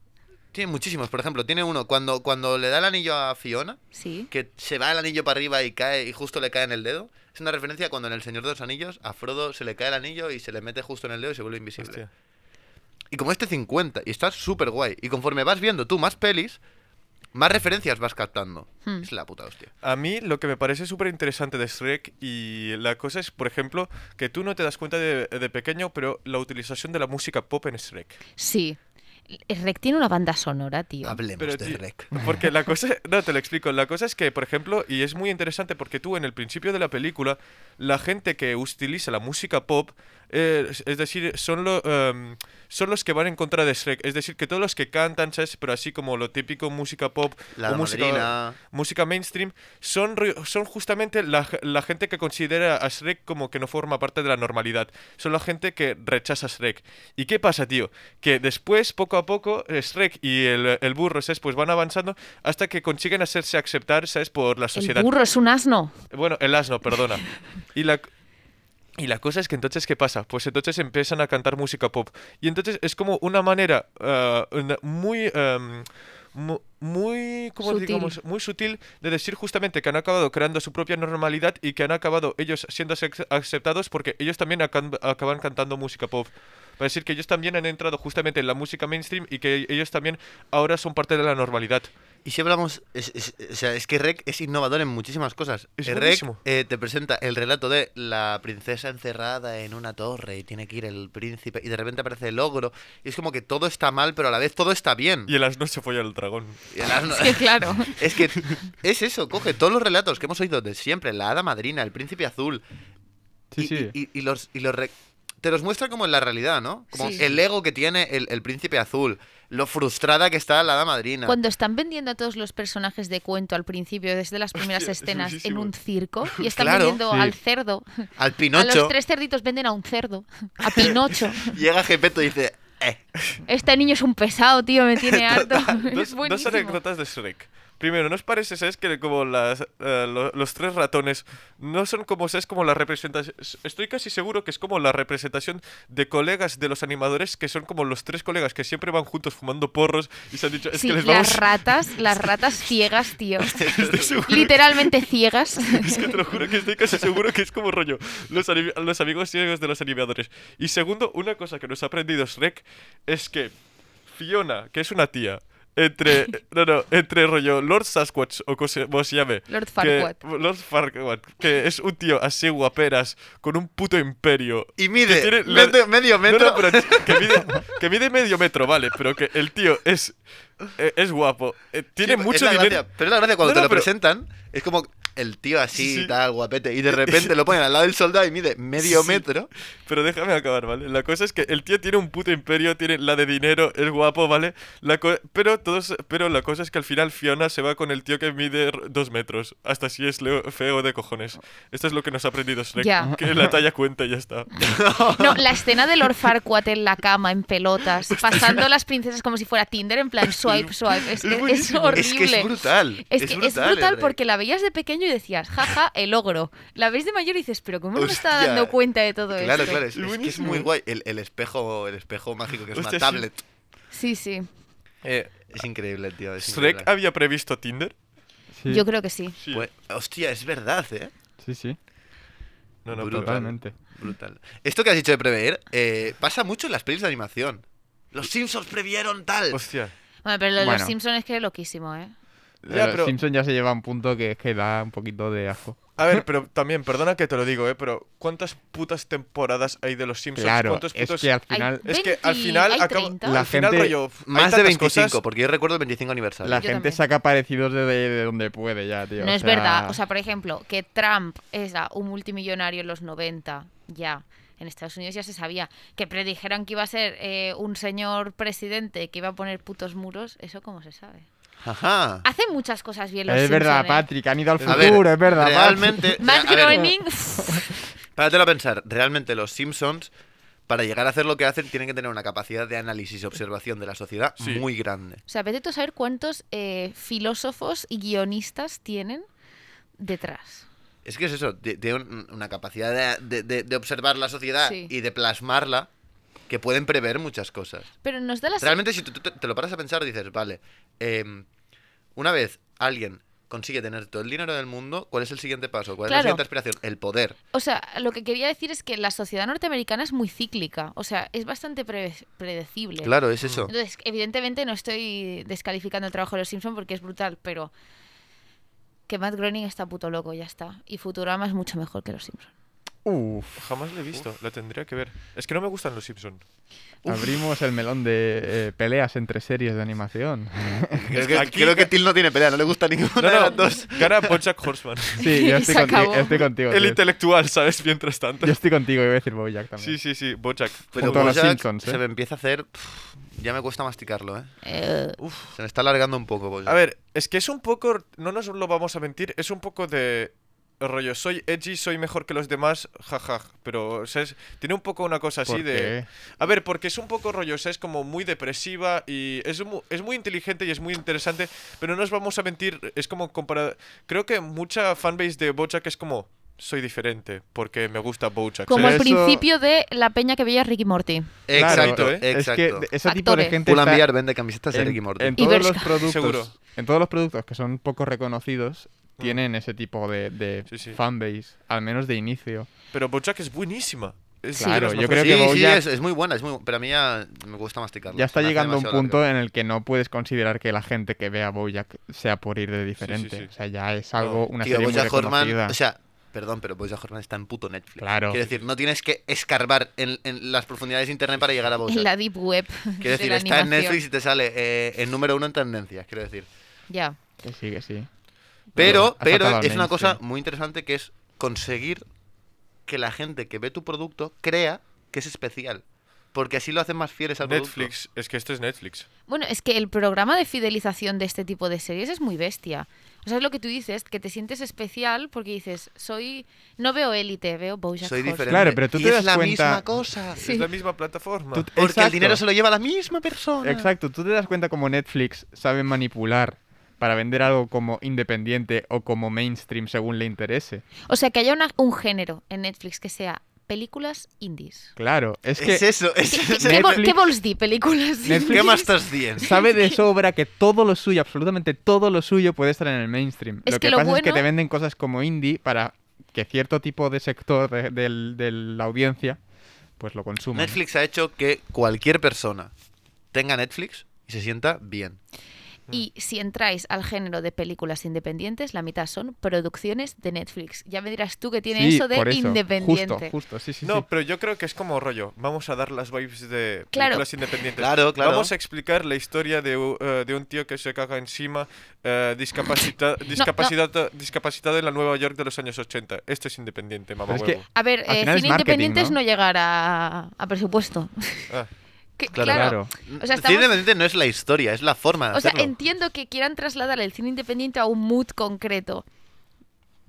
E: Tienen muchísimos. Por ejemplo, tiene uno cuando, cuando le da el anillo a Fiona,
F: sí.
E: que se va el anillo para arriba y cae y justo le cae en el dedo. Es una referencia a cuando en El Señor de los Anillos a Frodo se le cae el anillo y se le mete justo en el dedo y se vuelve invisible.
C: Hostia.
E: Y como este 50, y está súper guay. Y conforme vas viendo tú más pelis, más referencias vas captando.
F: Hmm.
E: Es la puta hostia.
C: A mí lo que me parece súper interesante de Shrek y la cosa es, por ejemplo, que tú no te das cuenta de, de pequeño, pero la utilización de la música pop en Shrek.
F: Sí. El Rec tiene una banda sonora, tío.
E: Hablemos
C: Pero,
E: de
C: tío,
E: rec.
C: Porque la cosa, no te lo explico, la cosa es que, por ejemplo, y es muy interesante porque tú en el principio de la película, la gente que utiliza la música pop, eh, es- es decir, son, lo, em, son los que van en contra de Shrek, es decir, que todos los que cantan, ¿sabes? Pero así como lo típico música pop
E: La
C: o música,
E: madrina.
C: música mainstream, son, ri- son justamente la, g- la gente que considera a Shrek como que no forma parte de la normalidad. Son la gente que rechaza a Shrek. ¿Y qué pasa, tío? Que después, poco a poco, eh, Shrek y el, el burro, ¿sabes? Pues van avanzando hasta que consiguen hacerse aceptar, ¿sabes? Por la
F: El
C: sociedad.
F: burro es un asno.
C: Bueno, el asno, perdona. Y la, y la cosa es que entonces, ¿qué pasa? Pues entonces empiezan a cantar música pop. Y entonces es como una manera ah, una- muy... em, mu- muy, ¿cómo
F: Sutil.
C: digamos? muy sutil de decir justamente que han acabado creando su propia normalidad y que han acabado ellos siendo ace- aceptados porque ellos también acan- acaban cantando música pop. Para decir que ellos también han entrado justamente en la música mainstream y que ellos también ahora son parte de la normalidad.
E: Y si hablamos, es, es- o sea, es que Rec es innovador en muchísimas cosas.
C: Es
E: El Rec
C: buenísimo.
E: eh, te presenta el relato de la princesa encerrada en una torre y tiene que ir el príncipe y de repente aparece el ogro. Y es como que todo está mal, pero a la vez todo está bien.
C: Y el asno se fue al dragón.
E: Y el asno-
F: Es que (laughs) claro.
E: Es que es eso, coge todos los relatos que hemos oído de siempre, la hada madrina, el príncipe azul,
G: Sí,
E: y,
G: sí.
E: y- y- y los, y los re- te los muestra como en la realidad, ¿no? Como
F: Sí.
E: el ego que tiene el, el príncipe azul, lo frustrada que está la hada madrina.
F: Cuando están vendiendo a todos los personajes de cuento al principio, desde las primeras
C: Hostia, es
F: escenas, en
C: buenísimo.
F: un circo, y están
E: Claro.
F: vendiendo
G: Sí.
F: al cerdo.
E: Al
F: A los
E: Pinocho
F: tres cerditos venden a un cerdo. A Pinocho.
E: llega Gepeto y dice, eh,
F: Este niño es un pesado, tío, me tiene harto. (laughs) es
C: dos, dos
F: buenísimo.
C: anécdotas de Shrek. Primero, ¿no os parece, sabes, que como las, eh, lo- los tres ratones no son como, sabes, como la representación... Estoy casi seguro que es como la representación de colegas de los animadores que son como los tres colegas que siempre van juntos fumando porros y se han dicho, (laughs) es
F: Sí,
C: que les
F: las
C: vamos...
F: ratas, las ratas ciegas, tío. (laughs)
C: Estoy seguro-
F: Literalmente ciegas.
C: Es que te lo juro que estoy casi seguro que es como rollo los, ani- los amigos ciegos de los animadores. Y segundo, una cosa que nos ha aprendido Shrek es que Fiona, que es una tía,
F: (laughs)
C: entre, no, no, entre rollo Lord Sasquatch o cos- como se llame,
F: Lord
C: que,
F: Farquaad.
C: Lord Farquaad, que es un tío así guaperas, con un puto imperio.
E: y mide
C: tiene la-
E: medio, medio
C: No, no,
E: metro. (laughs)
C: pero ch- que, mide, que mide medio metro, vale, pero que el tío es, eh, es guapo, eh, tiene
E: Sí, es
C: mucho
E: la
C: dinero.
E: gracia, pero es la gracia cuando
C: No, no,
E: te lo
C: pero-
E: presentan, es como el tío así,
C: Sí.
E: tal, guapete,
C: (laughs)
E: y de repente lo ponen al lado del soldado y mide medio
C: Sí.
E: metro.
C: Pero déjame acabar, ¿vale? La cosa es que el tío tiene un puto imperio, tiene la de dinero, es guapo, ¿vale? La co- pero, todos, pero la cosa es que al final Fiona se va con el tío que mide r- dos metros. Hasta si es leo- feo de cojones. Esto es lo que nos ha aprendido Shrek.
F: Ya.
C: Que la talla cuenta y ya está.
F: No, la escena de Lord Farquaad en la cama, en pelotas, pasando las princesas como si fuera Tinder, en plan swipe, swipe. Es,
C: Es
F: que es
C: buenísimo.
F: horrible.
E: Es que es brutal.
F: Es, que es
E: el
F: brutal
E: rec.
F: porque la veías de pequeño y decías, jaja, el ogro. La veis de mayor y dices, pero ¿cómo no me está
E: Hostia.
F: dando cuenta de todo
E: Claro,
F: esto?
E: claro, es,
C: Es
E: es que es
C: buenísimo.
E: muy guay. El, el espejo, el espejo mágico que es
C: Hostia,
E: una
C: sí.
E: tablet.
F: Sí, sí,
C: Eh,
E: Es increíble, tío. Es
C: ¿Shrek
E: increíble.
C: había previsto Tinder?
G: Sí,
F: Yo creo que sí.
C: Sí.
E: Pues- hostia, es verdad, eh.
G: sí, sí,
C: no, no,
E: brutal.
C: pero-
G: totalmente.
E: Brutal. Esto que has dicho de prever, eh, pasa mucho en las pelis de animación. Los Simpsons previeron tal.
C: Hostia.
F: Bueno, pero lo de
G: Bueno.
F: los Simpsons es que es loquísimo, ¿eh?
C: Ya,
G: Pero
C: pero-
G: Simpson ya se lleva a un punto que es que da un poquito de asco.
C: A ver, pero también, perdona que te lo digo, ¿eh? Pero ¿cuántas putas temporadas hay de Los Simpsons?
G: Claro,
C: ¿Cuántos
G: es
C: putos-
G: que al
F: Hay
G: final...
C: Es que al
F: 20,
C: final
F: hay
C: acaba-
F: 30.
G: La
C: al final,
G: gente-
C: rollo, hay
E: Más de
C: tantas
E: 25,
C: cosas-
E: porque yo recuerdo el 25 aniversario.
G: La
F: Yo
G: gente
F: también.
G: saca parecidos de, de- de donde puede ya, tío.
F: No
G: o
F: es
G: sea,
F: verdad. O sea, por ejemplo, que Trump era un multimillonario en los 90, ya. En Estados Unidos ya se sabía. Que predijeran que iba a ser eh, un señor presidente que iba a poner putos muros, eso cómo se sabe.
E: Ajá.
F: Hacen muchas cosas bien los
G: es verdad,
F: Simpson, ¿eh?
G: Patrick, han ido al
E: A ver,
G: futuro, es verdad. Patrick. (laughs)
E: realmente.
F: Matt
E: a ver,
F: Groening.
E: Páratelo a pensar, realmente los Simpsons, para llegar a hacer lo que hacen, tienen que tener una capacidad de análisis y observación de la sociedad
C: Sí.
E: muy grande.
F: (laughs) O sea, vete tú a saber cuántos eh, filósofos y guionistas tienen detrás.
E: Es que es eso, ti- tienen un- una capacidad de, de- de- de observar la sociedad
F: Sí.
E: y de plasmarla que pueden prever muchas cosas.
F: Pero nos da la
E: Realmente, si tú tú te, te lo paras a pensar, dices, vale, em, una vez alguien consigue tener todo el dinero del mundo, ¿cuál es el siguiente paso? ¿Cuál es
F: Claro.
E: la siguiente aspiración? El poder.
F: O sea, lo que quería decir es que la sociedad norteamericana es muy cíclica, o sea, es bastante pre- predecible.
E: Claro, es eso.
F: Entonces, evidentemente no estoy descalificando el trabajo de los Simpson porque es brutal, pero que Matt Groening está puto loco, ya está. Y Futurama es mucho mejor que los Simpson.
G: Uf.
C: Jamás lo he visto, lo tendría que ver. Es que no me gustan los Simpson.
G: (laughs) Abrimos el melón de eh, peleas entre series de
F: (laughs)
G: animación.
E: Creo
C: que
E: que,
C: aquí-
E: creo que Till no tiene pelea, no le gusta ninguna
C: No,
E: de
C: no,
E: las dos.
C: gana
G: (laughs)
C: Bojack Horseman.
G: Sí, yo
F: Y
G: estoy,
F: se
G: conti-
F: acabó.
G: estoy contigo.
C: El
G: tío.
C: intelectual, ¿sabes? Mientras
G: (laughs)
C: tanto.
G: Yo estoy contigo, iba a decir Bojack también.
C: Sí, sí, sí, Bojack.
E: Pero
G: todos los
E: Bojack
G: Simpsons, ¿eh?
E: se me empieza a hacer. pff, ya me cuesta masticarlo, ¿eh?
F: Eh,
E: Se me está alargando un poco, Bojack.
C: A ver, es que es un poco, no nos lo vamos a mentir, es un poco de rollo, soy edgy, soy mejor que los demás, jaja, pero ¿sabes? tiene un poco una cosa así
G: ¿Por
C: de...
G: qué?
C: A ver, porque es un poco rollo, es como muy depresiva y es mu- es muy inteligente y es muy interesante, pero no nos vamos a mentir, es como comparada... Creo que mucha fanbase de Bojack es como, soy diferente porque me gusta Bojack.
F: como
E: Pues
G: Pero
F: al
G: eso-
F: principio de la peña que veía Ricky Morty.
G: Claro,
E: Exacto,
C: ¿eh?
G: Es
E: exacto.
G: que de- ese tipo de
F: Actores.
G: gente
E: Pull and
G: está
E: Bear vende camisetas de
G: en,
E: Ricky Morty.
G: en
F: Y
G: todos los
F: Bershka.
G: productos,
C: Seguro.
G: en todos los productos que son poco reconocidos
E: Mm.
G: tienen ese tipo de, de
C: Sí, sí.
G: fanbase, al menos de inicio.
C: Pero Bojack es buenísima. Es de
G: Claro,
C: las
G: yo creo
C: mejores.
E: sí,
G: que
E: sí,
G: Bojack-
E: es, es muy buena, es muy, bu- pero a mí ya me gusta masticarlo.
G: Ya está
E: se me hace
G: llegando un
E: demasiado
G: punto
E: largo.
G: en el que no puedes considerar que la gente que vea Bojack sea por ir de diferente.
C: sí.
G: O sea, ya es algo, una
E: Tío,
G: serie muy
E: Bojack Horseman,
G: reconocida.
E: o sea, perdón, pero Bojack Horseman está en puto Netflix.
G: Claro.
E: Quiero decir, no tienes que escarbar en, en las profundidades de internet para llegar a Bojack.
F: En la deep web.
E: Pues Quiero
F: (laughs) de
E: decir,
F: la
E: está en
F: animación.
E: Netflix y te sale eh, en número uno en tendencias, quiero decir.
F: Ya.
G: Que sí, que sí.
E: Pero,
G: Has
E: pero
G: atado al
E: es una cosa
G: mainstream.
E: muy interesante que es conseguir que la gente que ve tu producto crea que es especial. Porque así lo hacen más fieles al producto.
C: Netflix, es que esto es Netflix.
F: Bueno, es que el programa de fidelización de este tipo de series es muy bestia. O sea, es lo que tú dices, que te sientes especial porque dices, soy, no veo élite, veo Bojack
E: Soy
F: Horseman.
E: diferente.
G: Claro, pero tú
E: y
G: te
E: es
G: das
E: la
G: cuenta-
E: misma cosa.
F: Sí.
C: Es la misma plataforma.
G: Tú-
E: Porque el
G: Exacto.
E: dinero se lo lleva la misma
F: Oh,
E: persona.
G: Exacto, tú te das cuenta como Netflix sabe manipular para vender algo como independiente o como mainstream según le interese.
F: O sea, que haya una- un género en Netflix que sea películas indies.
G: Claro, es que
E: Es eso, es, (laughs)
F: ¿Qué,
E: es-
F: qué, qué, bol-
G: Netflix-
F: qué bols di películas indies?
G: Netflix-
E: ¿Qué más estás 10?
G: sabe
F: (laughs)
G: de sobra que todo lo suyo, absolutamente todo lo suyo puede estar en el mainstream.
F: Es
G: lo
F: que
G: que,
F: lo
G: pasa es que
F: bueno-
G: te venden cosas como indie para que cierto tipo de sector de, del- de la audiencia pues lo consuma. ¿no?
E: Netflix ha hecho que cualquier persona tenga Netflix y se sienta bien.
F: Y si entráis al género de películas independientes, la mitad son producciones de Netflix. Ya me dirás tú que tiene
G: Sí,
F: eso de
G: por
F: independiente.
G: Justo, justo, sí, sí,
C: no,
G: sí.
C: pero yo creo que es como rollo. Vamos a dar las vibes de
F: Claro.
C: películas independientes.
E: Claro, claro.
C: Vamos a explicar la historia de, u- eh, de un tío que se caga encima, eh, discapacita- discapacitado, discapacitado en la Nueva York de los años 80. Esto es independiente, mamá
G: Pero es
C: huevo.
G: que-
F: A ver,
G: Al
F: eh,
G: final es marketing,
F: cine independiente es
G: ¿no?
F: no llegar a, a presupuesto. (laughs)
C: Ah,
F: Que-
E: Claro,
F: claro. O sea,
E: El
F: estamos-
E: cine independiente no es la historia, es la forma de
F: O sea,
E: hacerlo.
F: entiendo que quieran trasladar el cine independiente a un mood concreto.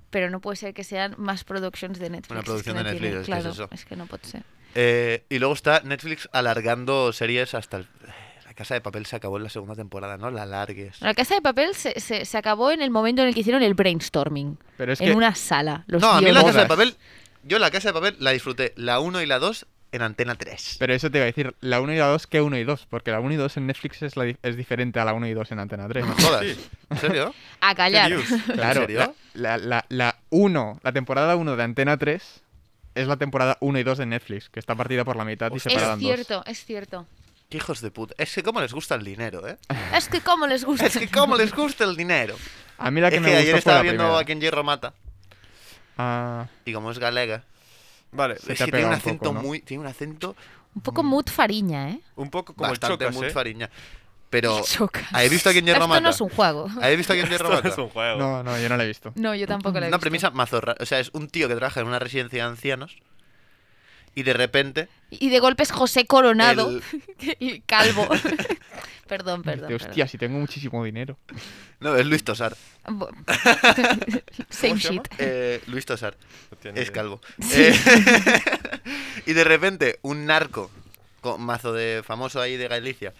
F: Pero no puede ser que sean más productions de Netflix.
E: Una
F: es que
E: producción
F: no
E: de Netflix,
F: tiene-
E: es que es
F: claro,
E: eso.
F: que no puede ser.
E: Eh, y luego está Netflix alargando series hasta el- La Casa de Papel se acabó en la segunda temporada, no la alargues.
F: La Casa de Papel se, se- se acabó en el momento en el que hicieron el brainstorming.
G: Pero es
F: en
G: que-
F: una sala. Los
E: No, a mí la
F: guiones.
E: Casa de
G: Todas.
E: Papel... Yo la Casa de Papel la disfruté, la 1 y la 2 en Antena 3.
G: Pero eso te iba a decir, la 1 y la 2, que 1 y 2? Porque la 1 y 2 en Netflix es, la di- es diferente a la 1 y 2 en Antena 3.
E: No me jodas. ¿En serio?
F: A callar.
C: ¿Qué news?
G: (laughs) Claro,
E: ¿En serio?
G: La, la, la 1, la temporada 1 de Antena 3 es la temporada 1 y 2 de Netflix, que está partida por la mitad y
E: Hostia.
G: separada
F: Es
G: en dos.
F: cierto, es cierto.
E: Qué hijos de puta. Es que cómo les gusta el dinero,
G: (laughs)
E: ¿eh?
F: Es que cómo les gusta.
E: Es que cómo les gusta el dinero.
G: A mí la que
E: es
G: me
E: que
G: gustó
E: ayer
G: fue
E: estaba
G: la
E: viendo
G: primera.
E: a quien Hierro mata.
G: Ah,
E: Y como es galega.
C: Vale,
G: Sí.
E: es
G: te ha
E: que tiene un
G: pegado un
E: acento
G: poco, ¿no?
E: muy. Tiene un acento
F: Un poco mood fariña, ¿eh?
C: un poco como
E: bastante
C: el Chocas,
E: muy
C: ¿eh?
E: fariña.
C: (laughs)
E: Pero.
F: (laughs) Chocas.
E: ¿Habéis visto a quien hierro
F: Esto
E: mata?
F: no es un juego.
E: ¿Habéis visto a quien hierro
C: Esto
E: mata?
C: es un juego.
G: no, no, yo no la he
F: (laughs)
G: visto.
F: No, yo tampoco la he
E: Una
F: visto.
E: premisa mazorra. O sea, es un tío que trabaja en una residencia de ancianos. Y de repente.
F: Y de golpe es José Coronado,
E: El-
F: (laughs) y calvo. perdón,
G: De,
F: perdón. perdón.
G: hostia, si tengo muchísimo dinero.
E: No, es Luis Tosar.
F: Bu-
E: (laughs)
C: ¿Cómo
F: Same
C: se llama?
F: shit.
E: Eh, Luis Tosar.
C: No tiene
E: Es
C: idea.
E: calvo. Eh,
F: (laughs)
E: (laughs) y de repente, un narco, con mazo de famoso ahí de Galicia,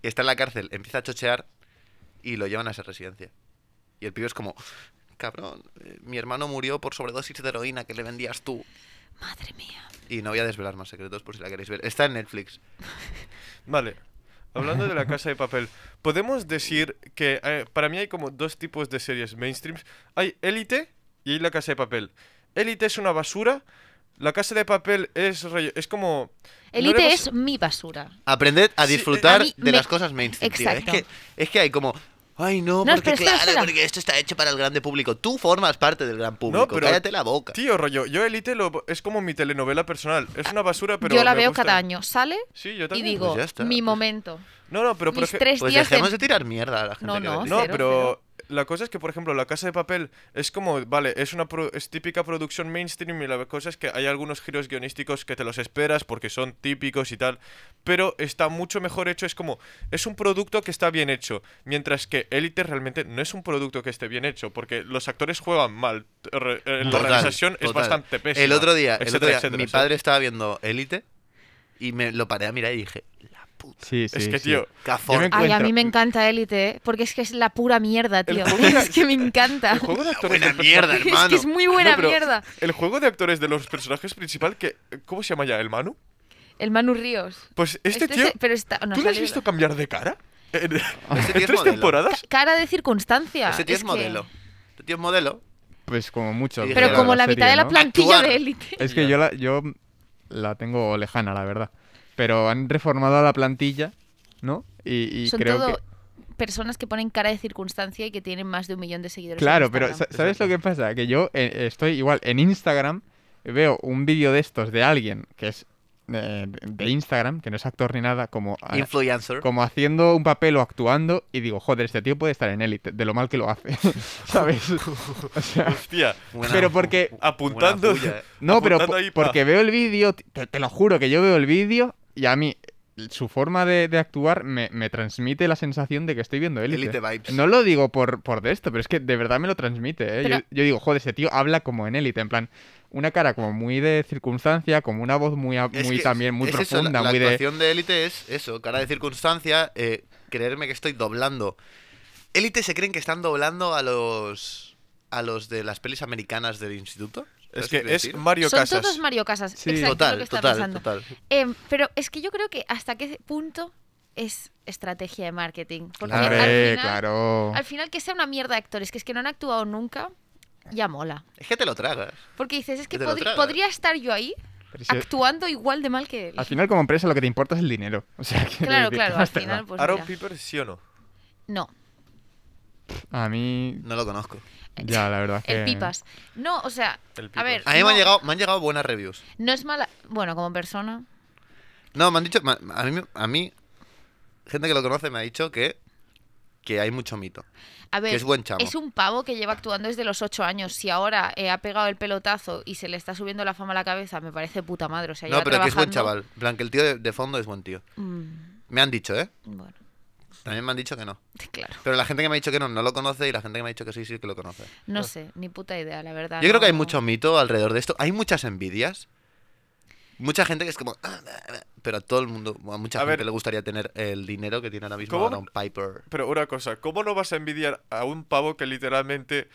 E: que está en la cárcel, empieza a chochear y lo llevan a esa residencia. Y el pibe es como, cabrón, eh, mi hermano murió por sobredosis de heroína que le vendías tú.
F: Madre mía.
E: Y no voy a desvelar más secretos por si la queréis ver. Está en Netflix.
C: Vale. hablando de la casa de papel, podemos decir que eh, para mí hay como dos tipos de series mainstreams. Hay Élite y hay la casa de papel. Élite es una basura. La casa de papel es, rollo- es como... no le
F: Elite
C: hemos-
F: es mi basura.
E: Aprended a
C: Sí, eh,
E: disfrutar
F: a mí
E: de
F: me-
E: las cosas mainstream. tío. Es
F: Exacto.
E: que, es que hay como. Ay, no,
F: No,
E: porque
F: espera, espera,
E: claro,
F: espera.
E: porque esto está hecho para el grande público. Tú formas parte del gran público.
C: pero-
E: Cállate la boca.
C: Tío, rollo, yo Élite lo- es como mi telenovela personal. Es una basura, pero...
F: yo la
C: me
F: veo
C: gusta.
F: cada año. Sale
C: Sí, yo
F: y
C: también.
F: digo,
E: Pues ya está,
F: mi
E: pues-
F: momento.
C: No, no, pero por
F: Mis
C: ejemplo-
F: tres
E: Pues
F: días de-
E: dejemos de tirar mierda a la gente.
F: No,
E: que
F: no, (laughs)
E: ve.
C: No,
F: Cero,
C: pero la cosa es que, por ejemplo, La Casa de Papel es como, vale, es una pro- es típica producción mainstream y la cosa es que hay algunos giros guionísticos que te los esperas porque son típicos y tal, pero está mucho mejor hecho, es como, es un producto que está bien hecho, mientras que Élite realmente no es un producto que esté bien hecho, porque los actores juegan mal, t- re- eh, la
E: Total,
C: realización es
E: total.
C: bastante pésima.
E: El otro día, el
C: etcétera,
E: otro día
C: etcétera,
E: mi
C: etcétera.
E: padre estaba viendo Elite y me lo paré a mirar y dije, la puta.
G: Sí, sí.
C: Es que,
G: sí.
C: tío,
E: Cafón.
G: me-
F: Ay, a
G: encuentro-
F: mí me encanta Élite, ¿eh? porque es que es la pura mierda, tío.
C: juego era-
F: (laughs) Es que me encanta.
C: el juego de
E: (laughs)
C: actores
E: Buena
C: del
E: mierda,
C: personaje-
F: (laughs) Es que
E: hermano. Este
F: es muy buena
C: No, pero
F: mierda.
C: El juego de actores de los personajes principal que... ¿Cómo se llama ya? ¿El Manu?
F: El Manu Ríos.
C: Pues este,
F: Este
C: tío...
F: se- pero está- no,
C: ¿Tú le has
F: sale-
C: visto cambiar de cara?
E: (laughs)
C: ¿En,
E: Ese tío
C: en
E: es
C: tres
E: modelo.
C: temporadas?
F: Ca- Cara de circunstancia.
E: Ese tío es
F: que-
E: modelo. Este tío es modelo.
G: Pues como mucho.
E: Sí,
G: pero
F: Pero
E: Claro,
F: como la,
G: serie,
F: mitad de la
G: ¿no?
F: plantilla
E: Actuar.
F: de Élite.
G: Es que yo la, yo la tengo lejana, la verdad. Pero han reformado la plantilla, ¿no? Y, y
F: Son
G: creo
F: todo
G: que...
F: personas que ponen cara de circunstancia y que tienen más de un millón de seguidores. en
G: Claro, pero
F: Instagram.
G: sa- ¿sabes lo que pasa? Que yo eh, estoy igual en Instagram, veo un vídeo de estos de alguien que es eh, de Instagram, que no es actor ni nada, como, ah,
E: Influencer.
G: como haciendo un papel o actuando, y digo, joder, este tío puede estar en élite, de lo mal que lo hace, (laughs) ¿sabes? O sea,
C: Hostia,
E: Buena-
G: pero porque
C: (laughs) apuntando.
E: buena puya, eh.
G: No, pero
C: apuntando
G: po-
C: ahí pa-
G: porque veo el vídeo, t- te, te lo juro que yo veo el vídeo y a mí su forma de, de actuar me, me transmite la sensación de que estoy viendo élite.
E: Élite vibes.
G: No lo digo por, por de esto, pero es que de verdad me lo transmite. ¿eh?
F: Pero-
G: Yo, yo digo, joder, ese tío habla como en élite, en plan, una cara como muy de circunstancia, como una voz muy, a-
E: Es
G: muy
E: que
G: también, muy
E: es eso,
G: profunda,
E: la, la
G: muy de...
E: actuación de élite es eso, cara de circunstancia, eh, creerme que estoy doblando. Élite se creen que están doblando a los a los de las pelis americanas del instituto.
C: Es
E: ¿sabes
C: que
E: qué quiero
C: es
E: decir?
C: Mario
F: Son
C: Casas.
F: todos Mario Casas.
G: Sí.
F: Exacto, es lo
E: total,
F: que está
E: total,
F: pasando.
E: total.
F: Em, pero es que yo creo que hasta qué punto es estrategia de marketing. Porque
E: Claro.
F: al,
G: Hombre,
F: final,
G: claro.
F: al final que sea una mierda de actores, que es que no han actuado nunca, ya mola.
E: Es que te lo tragas.
F: Porque dices, es que
E: Te lo
F: podri-
E: tragas.
F: podría estar yo ahí
G: Pero si-
F: actuando igual de mal que él.
G: al final como empresa lo que te importa es el dinero. (laughs) O sea, quiero
F: Claro,
G: decir, (laughs)
E: (laughs)
F: claro,
G: ¿qué
F: al
G: más te
F: final
G: da?
F: pues
C: Aaron
F: mira.
C: Piper, ¿sí o no?
F: No,
G: A mí...
E: No lo conozco.
G: Ya, la verdad que...
F: (laughs) el pipas. No, o sea,
C: El
F: a
C: Pipas.
F: ver,
E: A mí
F: no,
E: me han llegado me han llegado buenas reviews.
F: no es mala, bueno, como persona,
E: No, me han dicho ma- a mí a mí gente que lo conoce me ha dicho que que hay mucho mito.
F: A ver,
E: es buen chamo.
F: Pues es un pavo que lleva actuando desde los ocho años. Si ahora eh, ha pegado el pelotazo y se le está subiendo la fama a la cabeza, me parece puta madre. O sea,
E: No,
F: lleva
E: pero que es buen
F: trabajando-
E: chaval. En plan, que el tío de, de fondo es buen tío.
F: Mm,
E: Me han dicho, ¿eh?
F: bueno, (laughs)
E: También me han dicho que no.
F: claro.
E: Pero la gente que me ha dicho que no, no lo conoce y la gente que me ha dicho que sí, sí que lo conoce.
F: No sé, ni puta idea, la verdad.
E: Ah. Yo creo que hay
F: no-
E: mucho mito alrededor de esto. Hay muchas envidias. Mucha gente que es como... "Ah, bah, bah", Pero a todo el mundo, a mucha
C: A
E: gente
C: ver.
E: le gustaría tener el dinero que tiene ahora mismo
C: ¿Cómo?
E: Aaron Piper.
C: Pero una cosa, ¿cómo no vas a envidiar a un pavo que literalmente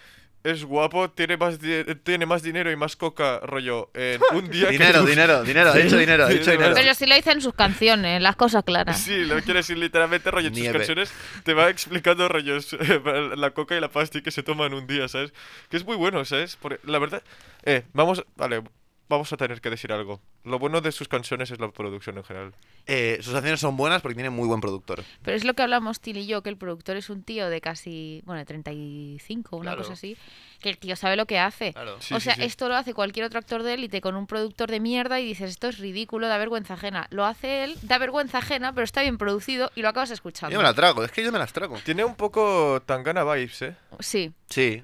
C: es guapo, tiene más, di- tiene más dinero y más coca, rollo,
E: (laughs)
C: en un día que
E: Dinero,
C: tú-
E: dinero, dinero, he hecho dinero, he hecho
C: Dinero.
E: dinero.
F: Pero si lo dicen sus canciones, las cosas claras.
C: Sí, lo quiero decir literalmente, rollo, en sus
E: Nieve.
C: canciones te va explicando rollos eh, la coca y la pasti que se toman un día, ¿sabes? Que es muy bueno, ¿sabes? Porque, la verdad, eh, vamos, vale, vamos a tener que decir algo. Lo bueno de sus canciones es la producción en general.
E: Eh, sus acciones son buenas porque tiene muy buen productor.
F: Pero es lo que hablamos Til y yo, que el productor es un tío de casi, bueno, de 35, una
E: Claro. Ah,
F: cosa así, que el tío sabe lo que hace.
E: Claro.
C: Sí,
F: o
C: sí,
F: sea,
C: sí.
F: esto lo hace cualquier otro actor de élite con un productor de mierda y dices, esto es ridículo, da vergüenza ajena. Lo hace él, da vergüenza ajena, pero está bien producido y lo acabas escuchando.
E: Yo me la trago, es que yo me las trago.
C: Tiene un poco Tangana vibes, ¿eh?
F: Sí,
E: Sí,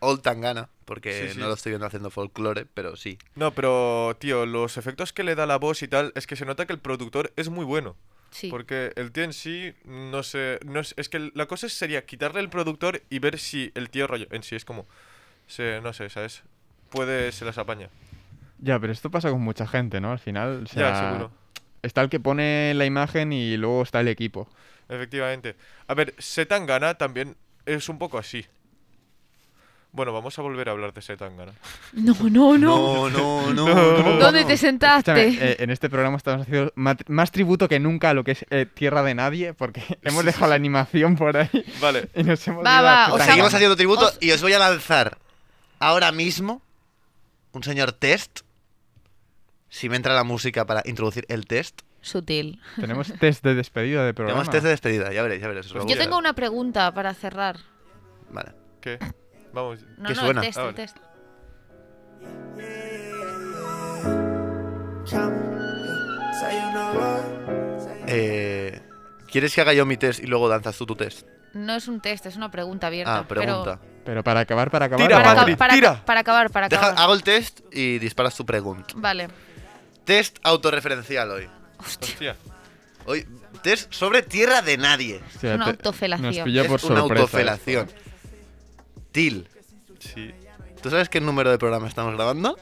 E: Old Tangana, porque
C: Sí, sí.
E: no lo estoy viendo haciendo folclore, pero sí.
C: No, pero, tío, los efectos que le da la voz y tal, es que se nota que el productor es muy bueno.
F: sí.
C: Porque el tío en sí, no sé, no es, es que la cosa sería quitarle el productor y ver si el tío rollo en sí es como, se, no sé, ¿sabes? Puede, se las apaña.
G: Ya, pero esto pasa con mucha gente, ¿no? Al final, o sea,
C: ya, seguro.
G: está el que pone la imagen y luego está el equipo.
C: Efectivamente. A ver, Setangana también es un poco así. Bueno, vamos a volver a hablar de Setangana.
F: No, no, no.
C: Oh,
G: (laughs)
E: No, no, no.
G: No.
E: no.
F: ¿Dónde te
G: Escúchame,
F: sentaste?
G: eh, en este programa estamos haciendo ma- más tributo que nunca a lo que es eh, Tierra de Nadie, porque hemos dejado la animación por ahí (laughs)
C: Vale.
G: y nos hemos
F: Va,
G: ido a
F: va, o sea,
G: Zetangana.
E: Seguimos haciendo tributo
F: Os-
E: y os voy a lanzar ahora mismo un señor test. Si me entra la música para introducir el test.
F: Sutil.
G: Tenemos test de despedida de programa.
E: Tenemos test de despedida, ya veréis, ya veréis. os va a
F: Yo
E: gustar.
F: tengo una pregunta para cerrar.
E: Vale.
C: ¿Qué? Vamos.
F: No,
E: ¿Qué
F: no,
E: suena?
F: el test,
C: Ah,
F: el
C: vale.
F: test.
E: Eh, ¿Quieres que haga yo mi test y luego danzas tú tu test?
F: No es un test, es una pregunta abierta.
E: Ah, pregunta.
F: Pero
G: Pero para acabar, para acabar.
C: Tira,
G: para
F: para,
G: acabar.
C: Patri.
F: acab- para-
C: tira.
F: para acabar, para
E: Deja-
F: acabar.
E: hago el test y disparas tu pregunta.
F: Vale.
E: Test autorreferencial hoy.
F: Hostia,
C: Hostia.
E: Hoy, test sobre tierra de nadie.
G: Hostia,
F: Es una
G: te-
F: autofelación.
G: Nos pilló
E: es
G: por
E: una
G: sorpresa. ¿eh?
E: autofelación. Til,
C: Sí.
E: ¿tú sabes qué número de programa estamos grabando?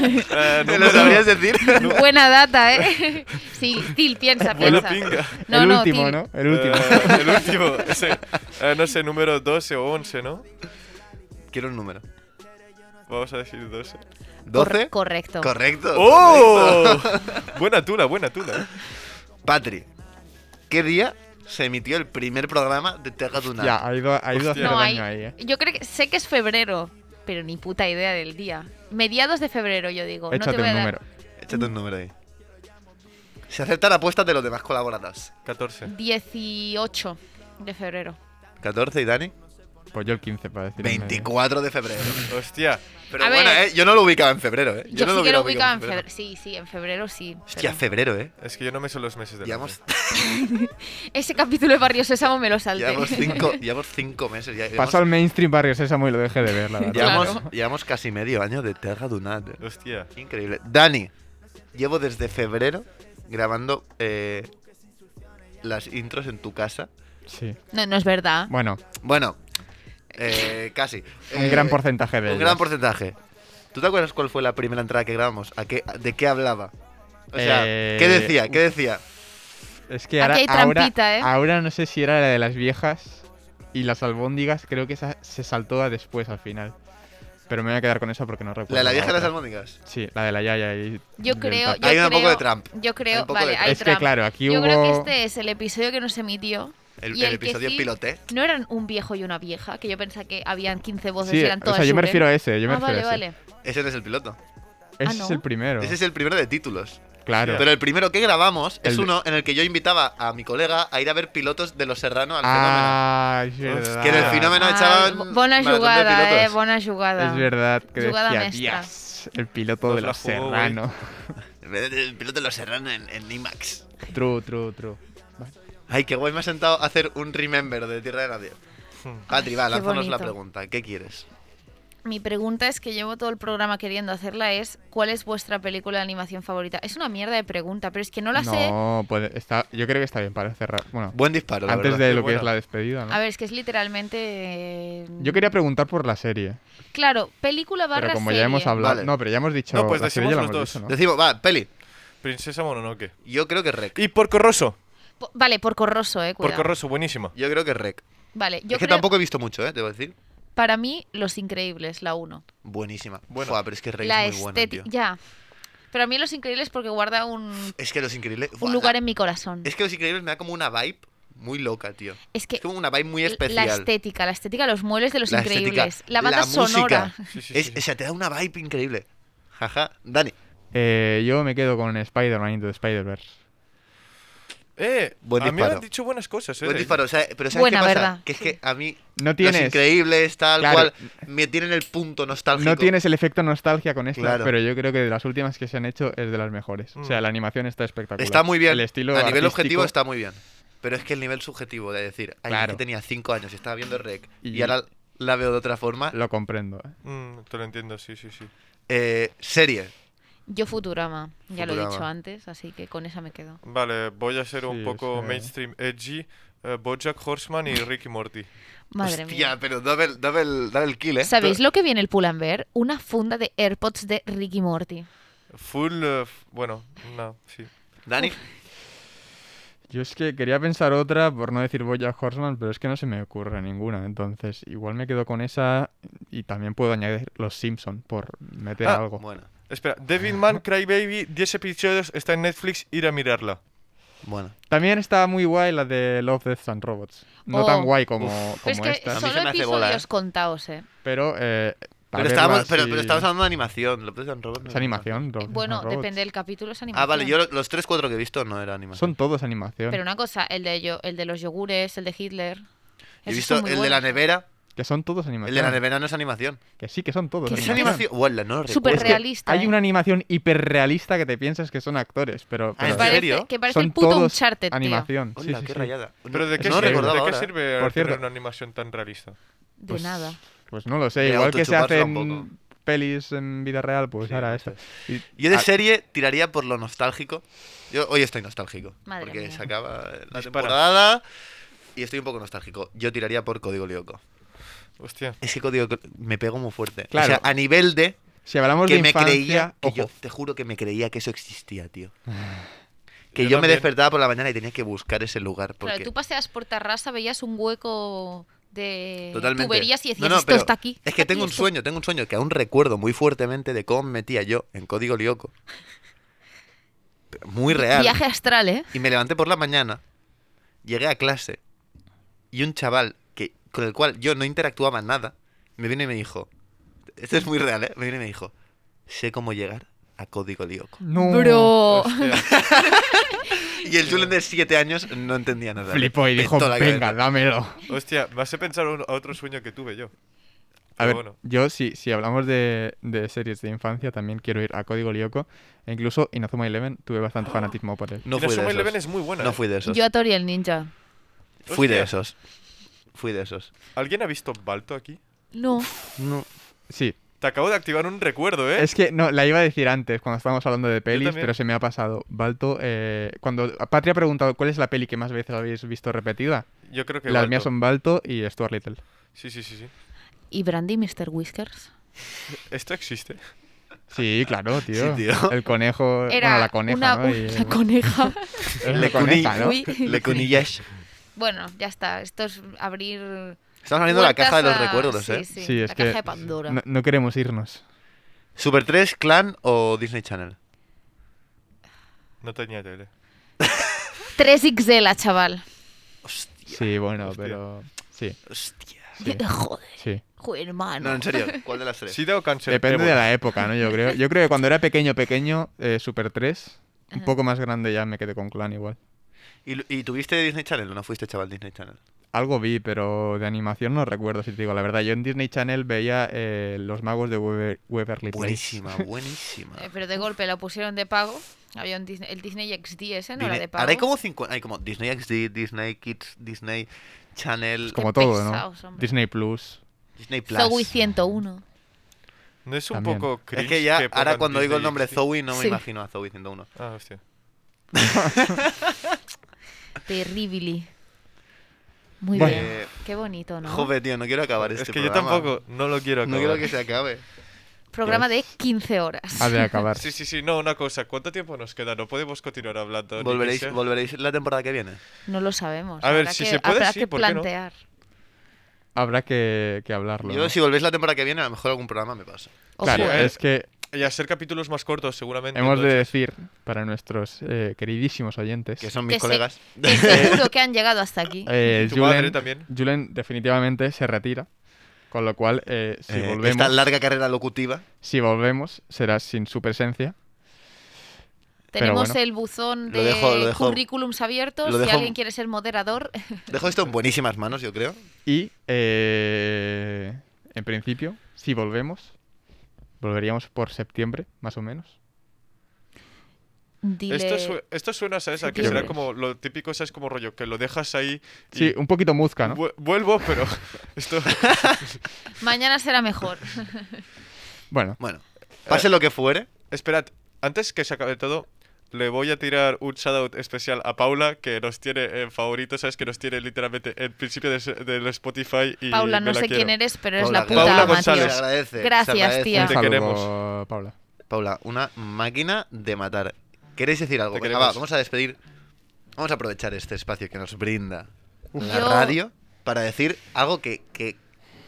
C: Eh,
E: ¿Te (laughs) lo sabrías decir?
G: (laughs)
F: (laughs) Buena data, ¿eh? (laughs) Sí, Til, piensa,
C: Buena
F: piensa.
C: pinga.
F: No,
G: el
F: no,
G: último,
F: Til.
G: ¿no? El último.
C: Eh, el último. ese, eh, no sé, número 12 o 11, ¿no?
E: Quiero un número.
C: Vamos a decir 12.
E: ¿12?
F: Cor- correcto.
E: Correcto.
C: ¡Oh! (laughs) buena tula, buena tula.
E: Patri, ¿qué día se emitió el primer programa de Tierra de
G: (laughs)
E: Nadie?
G: Ya, ha ido, ha ido a hacer
C: Hostia.
F: no, hay,
G: daño ahí, eh.
F: yo creo que sé que es febrero, pero ni puta idea del día. Mediados de febrero, yo digo. no
G: Échate
F: te
G: un
F: voy a dar
G: número.
E: Échate un número ahí. Se acepta la apuesta de los demás colaboradores.
C: 14.
F: 18 de febrero.
E: 14 y Dani.
G: Pues yo el 15 para decir.
E: 24 de febrero.
C: Hostia.
E: Pero
F: A
E: bueno,
F: ver.
E: eh, yo no lo ubicaba en febrero, ¿eh?
F: Yo,
E: no
F: sí que lo
E: hubiera
F: ubicaba en febrero. Sí, sí, en febrero sí.
E: Hostia,
F: pero-
E: febrero, ¿eh?
C: Es que yo no me sé los meses del año.
E: Llevamos,
F: Ese capítulo de Barrio Sésamo me lo salté.
E: llevamos, cinco, llevamos cinco meses. Ya, llevamos,
G: Paso al mainstream Barrio Sésamo y lo dejé de ver,
F: (laughs)
G: la verdad.
E: llevamos,
F: Claro.
E: llevamos casi medio año de Terra Dunat. eh.
C: Hostia. (laughs)
E: Increíble. Dani, llevo desde febrero grabando eh, las intros en tu casa.
G: Sí.
F: (laughs) No, no es verdad.
G: Bueno,
E: Bueno, eh,
G: (laughs)
E: casi.
G: un
E: Eh,
G: gran porcentaje de
E: Un
G: ellos.
E: gran porcentaje. ¿Tú te acuerdas cuál fue la primera entrada que grabamos? ¿A qué, ¿De qué hablaba? O sea,
G: Eh,
E: ¿qué decía? ¿Qué decía?
G: Es que ahora,
F: Aquí hay
G: ahora-
F: trampita, ¿eh?
G: ahora no sé si era la de las viejas y las albóndigas, creo que esa se saltó a después al final. Pero me voy a quedar con esa porque pues no recuerdo.
E: ¿La de la vieja de las
G: otra.
E: albóndigas?
G: Sí, la de la Yaya y.
F: Yo
G: del
F: creo.
G: tal.
F: Yo
E: Hay
F: creo,
E: un poco de Trump.
F: Yo
E: Hay
F: creo.
E: un poco
F: vale,
E: de
F: hay
G: es que
F: Trump.
G: claro, aquí
F: yo
G: hubo.
F: creo que este es el episodio que no se emitió.
E: El,
F: Y
E: el
F: el que
E: episodio
F: sí-
E: pilote.
F: No eran un viejo y una vieja, que yo pensaba que habían 15 voces
G: Sí,
F: y eran
G: o
F: todas.
G: sea, yo me
F: Julen.
G: refiero a ese, yo me
F: ah,
G: refiero
F: vale,
G: a ese.
F: vale.
E: Ese no es el piloto.
G: Ese
F: Ah,
G: es
F: ¿no?
G: el primero.
E: Ese es el primero de títulos.
G: Claro.
E: Pero el primero que grabamos es
G: El-
E: uno en el que yo invitaba a mi colega a ir a ver pilotos de Los Serrano al
G: ah,
C: Fenómeno.
G: es
E: fenómeno.
G: verdad.
E: Que en el fenómeno echaban.
F: bu- buena
E: maratón de
F: Ah, jugada, eh,
E: pilotos.
F: buena jugada.
G: Es verdad que
F: Jugada
G: decía,
F: maestra.
G: "Dias, el piloto
C: Nos
G: de
C: la
G: los
C: jugó, güey.
G: Serrano.
E: El piloto de Los Serrano en, en IMAX.
G: True, true, true.
E: Ay, qué guay, me ha sentado a hacer un remember de Tierra de Nadie. Patri, va,
F: Ay, qué
E: lánzanos la
F: bonito.
E: pregunta. ¿Qué quieres?
F: Mi pregunta es que llevo todo el programa queriendo hacerla es ¿cuál es vuestra película de animación favorita? Es una mierda de pregunta, pero es que no la sé.
G: No, puede- está, yo creo que está bien para cerrar. Bueno,
E: Buen disparo, la
G: antes
E: verdad.
G: de lo que
C: Bueno.
G: es la despedida, ¿no?
F: A ver, es que es literalmente eh,
G: Yo quería preguntar por la serie,
F: Claro, película barra
G: pero como
F: serie.
G: ya hemos hablado,
E: Vale.
G: no, pero ya hemos dicho
C: No, pues
G: la serie ya la
C: decimos
G: hemos
C: los
G: dicho,
C: dos.
G: ¿no?
E: Decimos, va, peli.
C: Princesa Mononoke.
E: Yo creo que es rec.
C: Y Porco Rosso.
F: Po- vale, por corroso, eh, cuidado.
C: Porco Rosso, buenísima.
E: Yo creo que es rec.
F: Vale, yo
E: es que
F: creo-
E: tampoco he visto mucho, ¿eh? Debo decir.
F: para mí Los Increíbles la 1.
E: Buenísima.
C: Bueno.
E: Buah, pero es que rec
F: la
E: es muy bueno, tío.
F: estética ya. Pero a mí Los Increíbles porque guarda un, un
E: Es que Los Increíbles... Buah,
F: lugar
E: la-
F: en mi corazón.
E: Es que Los Increíbles me da como una vibe muy loca, tío.
F: Es que
E: Es como una vibe muy
F: la
E: especial.
F: estética, la estética, los muebles de Los
E: La estética,
F: Increíbles, la banda
E: música.
F: sonora.
C: Sí, sí,
E: Es-
C: sí, sí.
E: O sea, te da una vibe increíble. Jaja. Dani,
G: Eh, yo me quedo con Spider-Man Into the Spider-Verse.
C: Eh,
E: Buen
C: a mí me
E: disparo.
C: han dicho buenas cosas, eh.
E: buen
C: de
E: disparo. o sea, pero ¿sabes
F: Buena,
E: qué pasa?
F: ¿verdad?
E: Que es que a mí
G: No
E: Los
G: tienes,
E: Increíbles, tal
G: Claro.
E: cual, me tienen el punto nostálgico.
G: no tienes el efecto nostalgia con esta,
E: Claro.
G: pero yo creo que de las últimas que se han hecho es de las mejores. O sea,
C: Mm.
G: la animación está espectacular.
E: Está muy bien.
G: El estilo
E: a nivel objetivo
G: artístico-
E: está muy bien. Pero es que el nivel subjetivo de decir, ay,
G: Claro.
E: es que tenía 5 años y estaba viendo Rec y,
G: Y-
E: ahora la veo de otra forma.
G: Lo comprendo. eh.
C: ello. Mm, te lo entiendo, sí, sí, sí.
E: Eh, serie.
F: Yo Futurama, ya lo he
E: Futurama.
F: dicho antes, así que con esa me quedo.
C: Vale, voy a ser
G: Sí,
C: un poco
G: sí.
C: mainstream edgy. eh, Bojack Horseman y Ricky Morty.
F: Madre
E: Hostia,
F: mía.
E: pero dame el, dame el- dame el kill, ¿eh?
F: ¿Sabéis lo que viene el Pull&Bear? Una funda de AirPods de Ricky Morty.
C: Full. eh, f- bueno, no, sí.
E: Dani.
G: Yo es que quería pensar otra, por no decir Boya Horseman, pero es que no se me ocurre ninguna. Entonces, igual me quedo con esa y también puedo añadir Los Simpson por meter
C: Ah,
G: algo.
E: Bueno,
C: Espera,
E: (laughs)
C: David Mann, Cry Baby, 10 episodios, está en Netflix, ir a mirarla.
E: bueno.
G: También está muy guay la de Love, Death and Robots. No tan
F: Oh.
G: guay como, como
F: Pero es que
G: esta,
E: A mí
F: solo
E: se me hace
F: episodios
E: bola, ¿eh?
F: contados, ¿eh?
G: pero... eh, pa'
E: Pero
G: verla
E: estábamos, pero,
G: si-
E: pero estabas hablando de animación. López and Robots no
G: Es
E: era
G: animación. Love,
F: Eh,
G: Death and
F: Bueno,
G: Robots.
F: depende del capítulo, es animación.
E: Ah, vale, yo lo- los tres, cuatro que he visto no era animación.
G: Son todos animación.
F: Pero una cosa, el de, yo, el de los yogures, el de Hitler...
E: He
F: esos
E: visto
F: son muy
E: el de la
F: buenos.
E: nevera.
G: Que son todos
E: El
G: animación.
E: de la nevera no es animación.
G: Que sí, que son todos
F: Que
E: ¿Es
F: son
E: animación? Bueno, no lo
F: Súper
E: recuerdo.
F: realista. eh.
G: Hay una animación hiperrealista que te piensas que son actores, pero...
E: Ah,
G: pero
E: ¿en
F: Parece-
E: serio?
F: Que parece
G: son
F: el puto
G: todos
F: Uncharted, tío.
G: animación. Sí,
E: Hola,
G: sí,
E: qué
G: sí.
E: rayada.
C: ¿Pero de qué,
E: no
G: sirve-
E: recordaba
C: de qué
E: ahora, ¿eh?
C: sirve
G: Por
C: hacer
G: cierto.
C: una animación tan realista?
F: De
E: Pues-
F: nada.
G: Pues no lo sé,
E: De
G: igual que se
E: autochuparla
G: hacen
E: un poco.
G: pelis en vida real, pues
E: Sí,
G: ahora
E: no
G: esta.
E: sé.
G: Y-
E: Yo de
G: ah,
E: serie tiraría por lo nostálgico. Yo hoy estoy nostálgico.
F: Madre
E: porque
F: mía.
E: se acaba la
C: Dispara.
E: temporada y estoy un poco nostálgico. Yo tiraría por Código Lyoko.
C: Hostia.
E: Ese Código Lyoko me pegó muy fuerte.
G: Claro.
E: O sea, a nivel de
G: si hablamos
E: que
G: de
E: me
G: infancia,
E: creía, que
G: ojo,
E: yo te juro que me creía que eso existía, tío. Que yo, me
C: también.
E: despertaba por la mañana y tenía que buscar ese lugar. Porque...
F: Claro, tú paseas por Tarrasa, veías un hueco de
E: Totalmente.
F: tuberías Eh, y decías,
E: No, no,
F: esto
E: pero
F: está aquí.
E: Es que
F: está aquí, (laughs)
E: tengo un
F: esto".
E: sueño, tengo un sueño que aún recuerdo muy fuertemente de cómo me metía yo en código Lyoko. Pero Muy real.
F: Viaje astral, ¿eh?
E: Y me levanté por la mañana, llegué a clase y un chaval que, con el cual yo no interactuaba nada me vino y me dijo: Esto es muy real, ¿eh? Me vino y me dijo: Sé cómo llegar a código Lyoko.
G: no,
F: Bro.
C: Hostia.
E: Y el Julen de 7 años no entendía nada.
G: flipó y
E: Me
G: dijo,
E: petó la cabeza.
G: venga, dámelo.
C: Hostia, me hace pensar un- a otro sueño que tuve yo.
G: A
C: Pero
G: ver,
C: bueno.
G: yo si, si hablamos de, de series de infancia, también quiero ir a Código Lyoko. E incluso Inazuma Eleven tuve bastante fanatismo por él.
E: No fui
C: Inazuma
E: de
C: Eleven
E: esos.
C: es muy buena.
E: No
C: ¿eh?
E: fui de esos.
F: Yo a Tori el ninja.
E: Fui de
C: Hostia.
E: esos. Fui de esos.
C: ¿Alguien ha visto Balto aquí?
F: No.
E: No.
G: Sí,
C: Te acabo de activar un recuerdo, ¿eh?
G: es que no, la iba a decir antes cuando estábamos hablando de pelis,
C: también.
G: pero se me ha pasado. Balto, eh, cuando Patria ha preguntado cuál es la peli que más veces habéis visto repetida,
C: Yo creo que
G: las
C: Balto.
G: mías son Balto y Stuart Little.
C: Sí, sí, sí, sí.
F: ¿Y Brandy, Mr. Whiskers?
C: ¿Esto existe? (laughs)
G: Sí, claro, tío.
E: tío.
G: El conejo. bueno, la coneja,
F: una,
G: ¿no? Y- (laughs)
F: una (laughs) coneja.
G: la
E: Le
G: coneja,
E: Cuny.
G: ¿no?
F: Uy.
E: (laughs) Le Cunillash.
F: Bueno, ya está. Esto es abrir.
E: Estamos abriendo la
F: puertas
E: caja de los
F: a-
E: recuerdos,
F: sí,
E: ¿eh?
F: Sí,
G: Sí, es
F: la
G: que
F: caja de Pandora.
G: No, no queremos irnos.
E: ¿Super 3, Clan o Disney Channel?
C: No tenía tele.
F: 3XL, chaval.
E: Hostia.
G: Sí, bueno,
C: Hostia.
G: pero. Sí,
E: Hostia.
G: sí.
F: (laughs) Joder,
G: sí.
F: joder, hermano.
E: No, en serio, ¿cuál de las tres?
C: ¿Sida o cáncer?
G: Depende de
C: Ébola.
G: la época, ¿no? Yo creo. Yo creo que cuando era pequeño, pequeño, eh, Super 3. Un
F: Ajá.
G: poco más grande ya me quedé con Clan igual.
E: ¿Y, y tuviste Disney Channel o no fuiste chaval Disney Channel?
G: Algo vi, pero de animación no recuerdo, si te digo la verdad. Yo en Disney Channel veía eh, Los Magos de Weber- Waverly Place.
E: Buenísima, buenísima.
F: (laughs) Eh, pero de golpe la pusieron de pago. Había un Disney- el Disney XD ese, no era
E: Disney-
F: de pago.
E: Ahora hay como 50, hay como Disney XD, Disney Kids, Disney Channel,
G: Como
F: Qué
G: todo, ¿no?
F: pesados, hombre.
G: Disney Plus.
E: Disney Plus.
F: Zoey 101.
C: ¿No es un
G: También.
C: poco
E: Es
C: cringe
E: que ya, ahora
C: pongan
E: cuando oigo el
C: Disney
E: nombre
C: XD?
E: Zoe no me
F: Sí.
E: imagino a Zoe 101.
C: Ah,
E: (laughs)
C: hostia.
F: Terribly. Muy
G: Bueno.
F: bien.
E: Eh,
F: Qué bonito, ¿no?
E: Joder, tío, no quiero acabar
C: Es
E: este
C: que yo
E: programa.
C: tampoco, no lo quiero
E: No
C: acabar.
E: quiero que se acabe.
F: Programa de 15 horas.
G: Ha de
E: (laughs)
G: acabar.
C: Sí, sí, sí, no, una cosa. ¿Cuánto tiempo nos queda? No podemos continuar hablando. ni que
E: ¿Volveréis,
C: sea-
E: ¿Volveréis la temporada que viene?
F: No lo sabemos.
C: A ver,
F: habrá
C: si
F: que-
C: se puede,
F: habrá
C: sí,
F: que
C: ¿por qué no?
F: plantear.
G: Habrá que, que hablarlo.
E: Yo,
G: ¿no?
E: si volvéis la temporada que viene, a lo mejor algún programa me pasa.
F: Ojo,
G: Claro, (laughs)
C: eh.
G: es que
C: Y hacer capítulos más cortos, seguramente.
G: Hemos de
C: entonces.
G: decir para nuestros eh, queridísimos oyentes.
E: Que son mis
F: Que se-
E: colegas. (laughs)
F: que seguro que han llegado hasta aquí.
G: eh,
C: (laughs) Tu madre
G: Julen,
C: también.
G: Julen definitivamente se retira. Con lo cual, eh, si,
E: Eh,
G: volvemos,
E: Esta larga carrera locutiva.
G: si volvemos, será sin su presencia.
F: Tenemos
G: bueno.
F: el buzón
E: Lo
F: de
E: dejo- lo dejo-
F: currículums abiertos.
E: lo
F: Si
E: dejo-
F: alguien quiere ser moderador,
E: Dejo esto en buenísimas manos, yo creo.
G: Y, eh, en principio, si volvemos, volveríamos por septiembre, más o menos.
F: dile...
C: Esto, su- esto suena, ¿sabes? A que
F: Yo
C: será
G: creo.
C: como lo típico, ¿sabes? Como rollo, que lo dejas ahí. y
G: Sí, un poquito muzca, ¿no?
C: vu- Vuelvo, pero (laughs) esto.
F: Mañana
C: (laughs)
F: será mejor.
G: Bueno,
E: Bueno, pase lo que fuere.
C: Esperad, antes que se acabe todo, le voy a tirar un shoutout especial a Paula, que nos tiene en favoritos, ¿sabes? Que nos tiene literalmente en principio de se- del Spotify. Y
F: Paula,
C: me
F: no
C: la
F: sé
C: quiero. (laughs)
F: quién eres, pero eres
E: Paula,
F: la puta
C: Paula
F: ama, tío.
C: González.
E: Se agradece, se
F: Gracias,
E: agradece.
F: tía.
G: un
C: Te
G: saludo,
C: queremos.
G: Paula.
E: Paula, una máquina de matar. ¿Queréis decir algo?
C: Te
E: Venga,
C: queremos.
E: va, vamos a despedir Vamos a aprovechar este espacio que nos brinda la
F: Yo-
E: radio para decir algo que, que,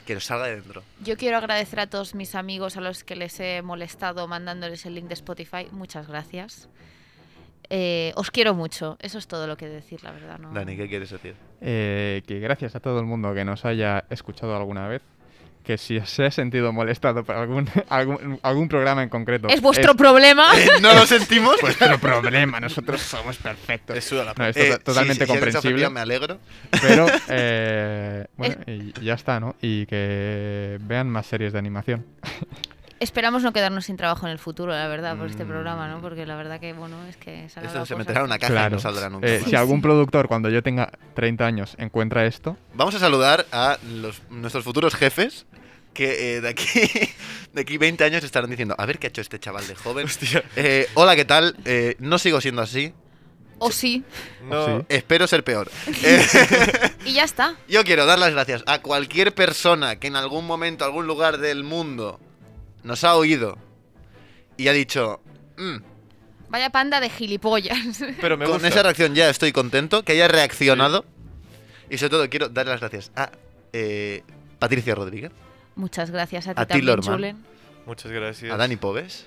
E: que nos salga de dentro.
F: Yo quiero agradecer a todos mis amigos a los que les he molestado mandándoles el link de Spotify. Muchas gracias. Eh, os quiero mucho. Eso es todo lo que decir, la verdad. ¿no?
E: Dani, ¿qué quieres decir? (laughs)
G: Eh, que gracias a todo el mundo que nos haya escuchado alguna vez. Que si se ha sentido molestado por algún, (laughs) algún, algún programa en concreto.
F: es
E: (laughs)
F: vuestro problema.
E: ¿No lo sentimos? (laughs)
G: vuestro problema, nosotros somos perfectos.
C: Es suda la
G: No, es
E: Eh,
G: to- totalmente
E: sí, sí, si eres
G: comprensible.
E: ofendida, me alegro.
G: Pero, eh, bueno, y y ya está, ¿no? Y que vean más series de animación.
F: Esperamos no quedarnos sin trabajo en el futuro, la verdad, por este
E: Mm.
F: programa, ¿no? Porque la verdad que, bueno, es que se han
E: Esto
F: hablado
E: se
F: cosas.
E: meterá en una caja y
G: claro.
E: no saldrá nunca.
G: Eh,
E: más.
G: si algún productor, cuando yo tenga 30 años, encuentra esto,
E: Vamos a saludar a los- nuestros futuros jefes que eh, de, aquí, (laughs) de aquí 20 años estarán diciendo, a ver qué ha hecho este chaval de joven. Eh, hola, ¿qué tal? Eh, no sigo siendo así.
F: O sí.
C: No.
G: sí.
E: Espero ser peor. Eh,
F: Y ya está.
E: yo quiero dar las gracias a cualquier persona que en algún momento, algún lugar del mundo, nos ha oído y ha dicho, "Mm,
F: Vaya panda de gilipollas. (laughs)
C: Pero me
E: con
C: gusta.
E: esa reacción ya estoy contento, que haya reaccionado. Y sobre todo quiero dar las gracias a eh, Patricia Rodríguez,
F: Muchas gracias a ti
E: A ti,
F: también,
E: Lorman.
F: Julen.
C: Muchas gracias.
E: a Dani Pobes,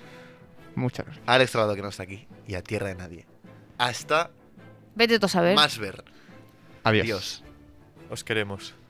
G: muchas gracias.
E: a Alex Salado que no está aquí y a Tierra de Nadie. Hasta
F: Vete tú a saber.
E: más ver.
G: Adiós.
E: Adiós.
C: Os queremos.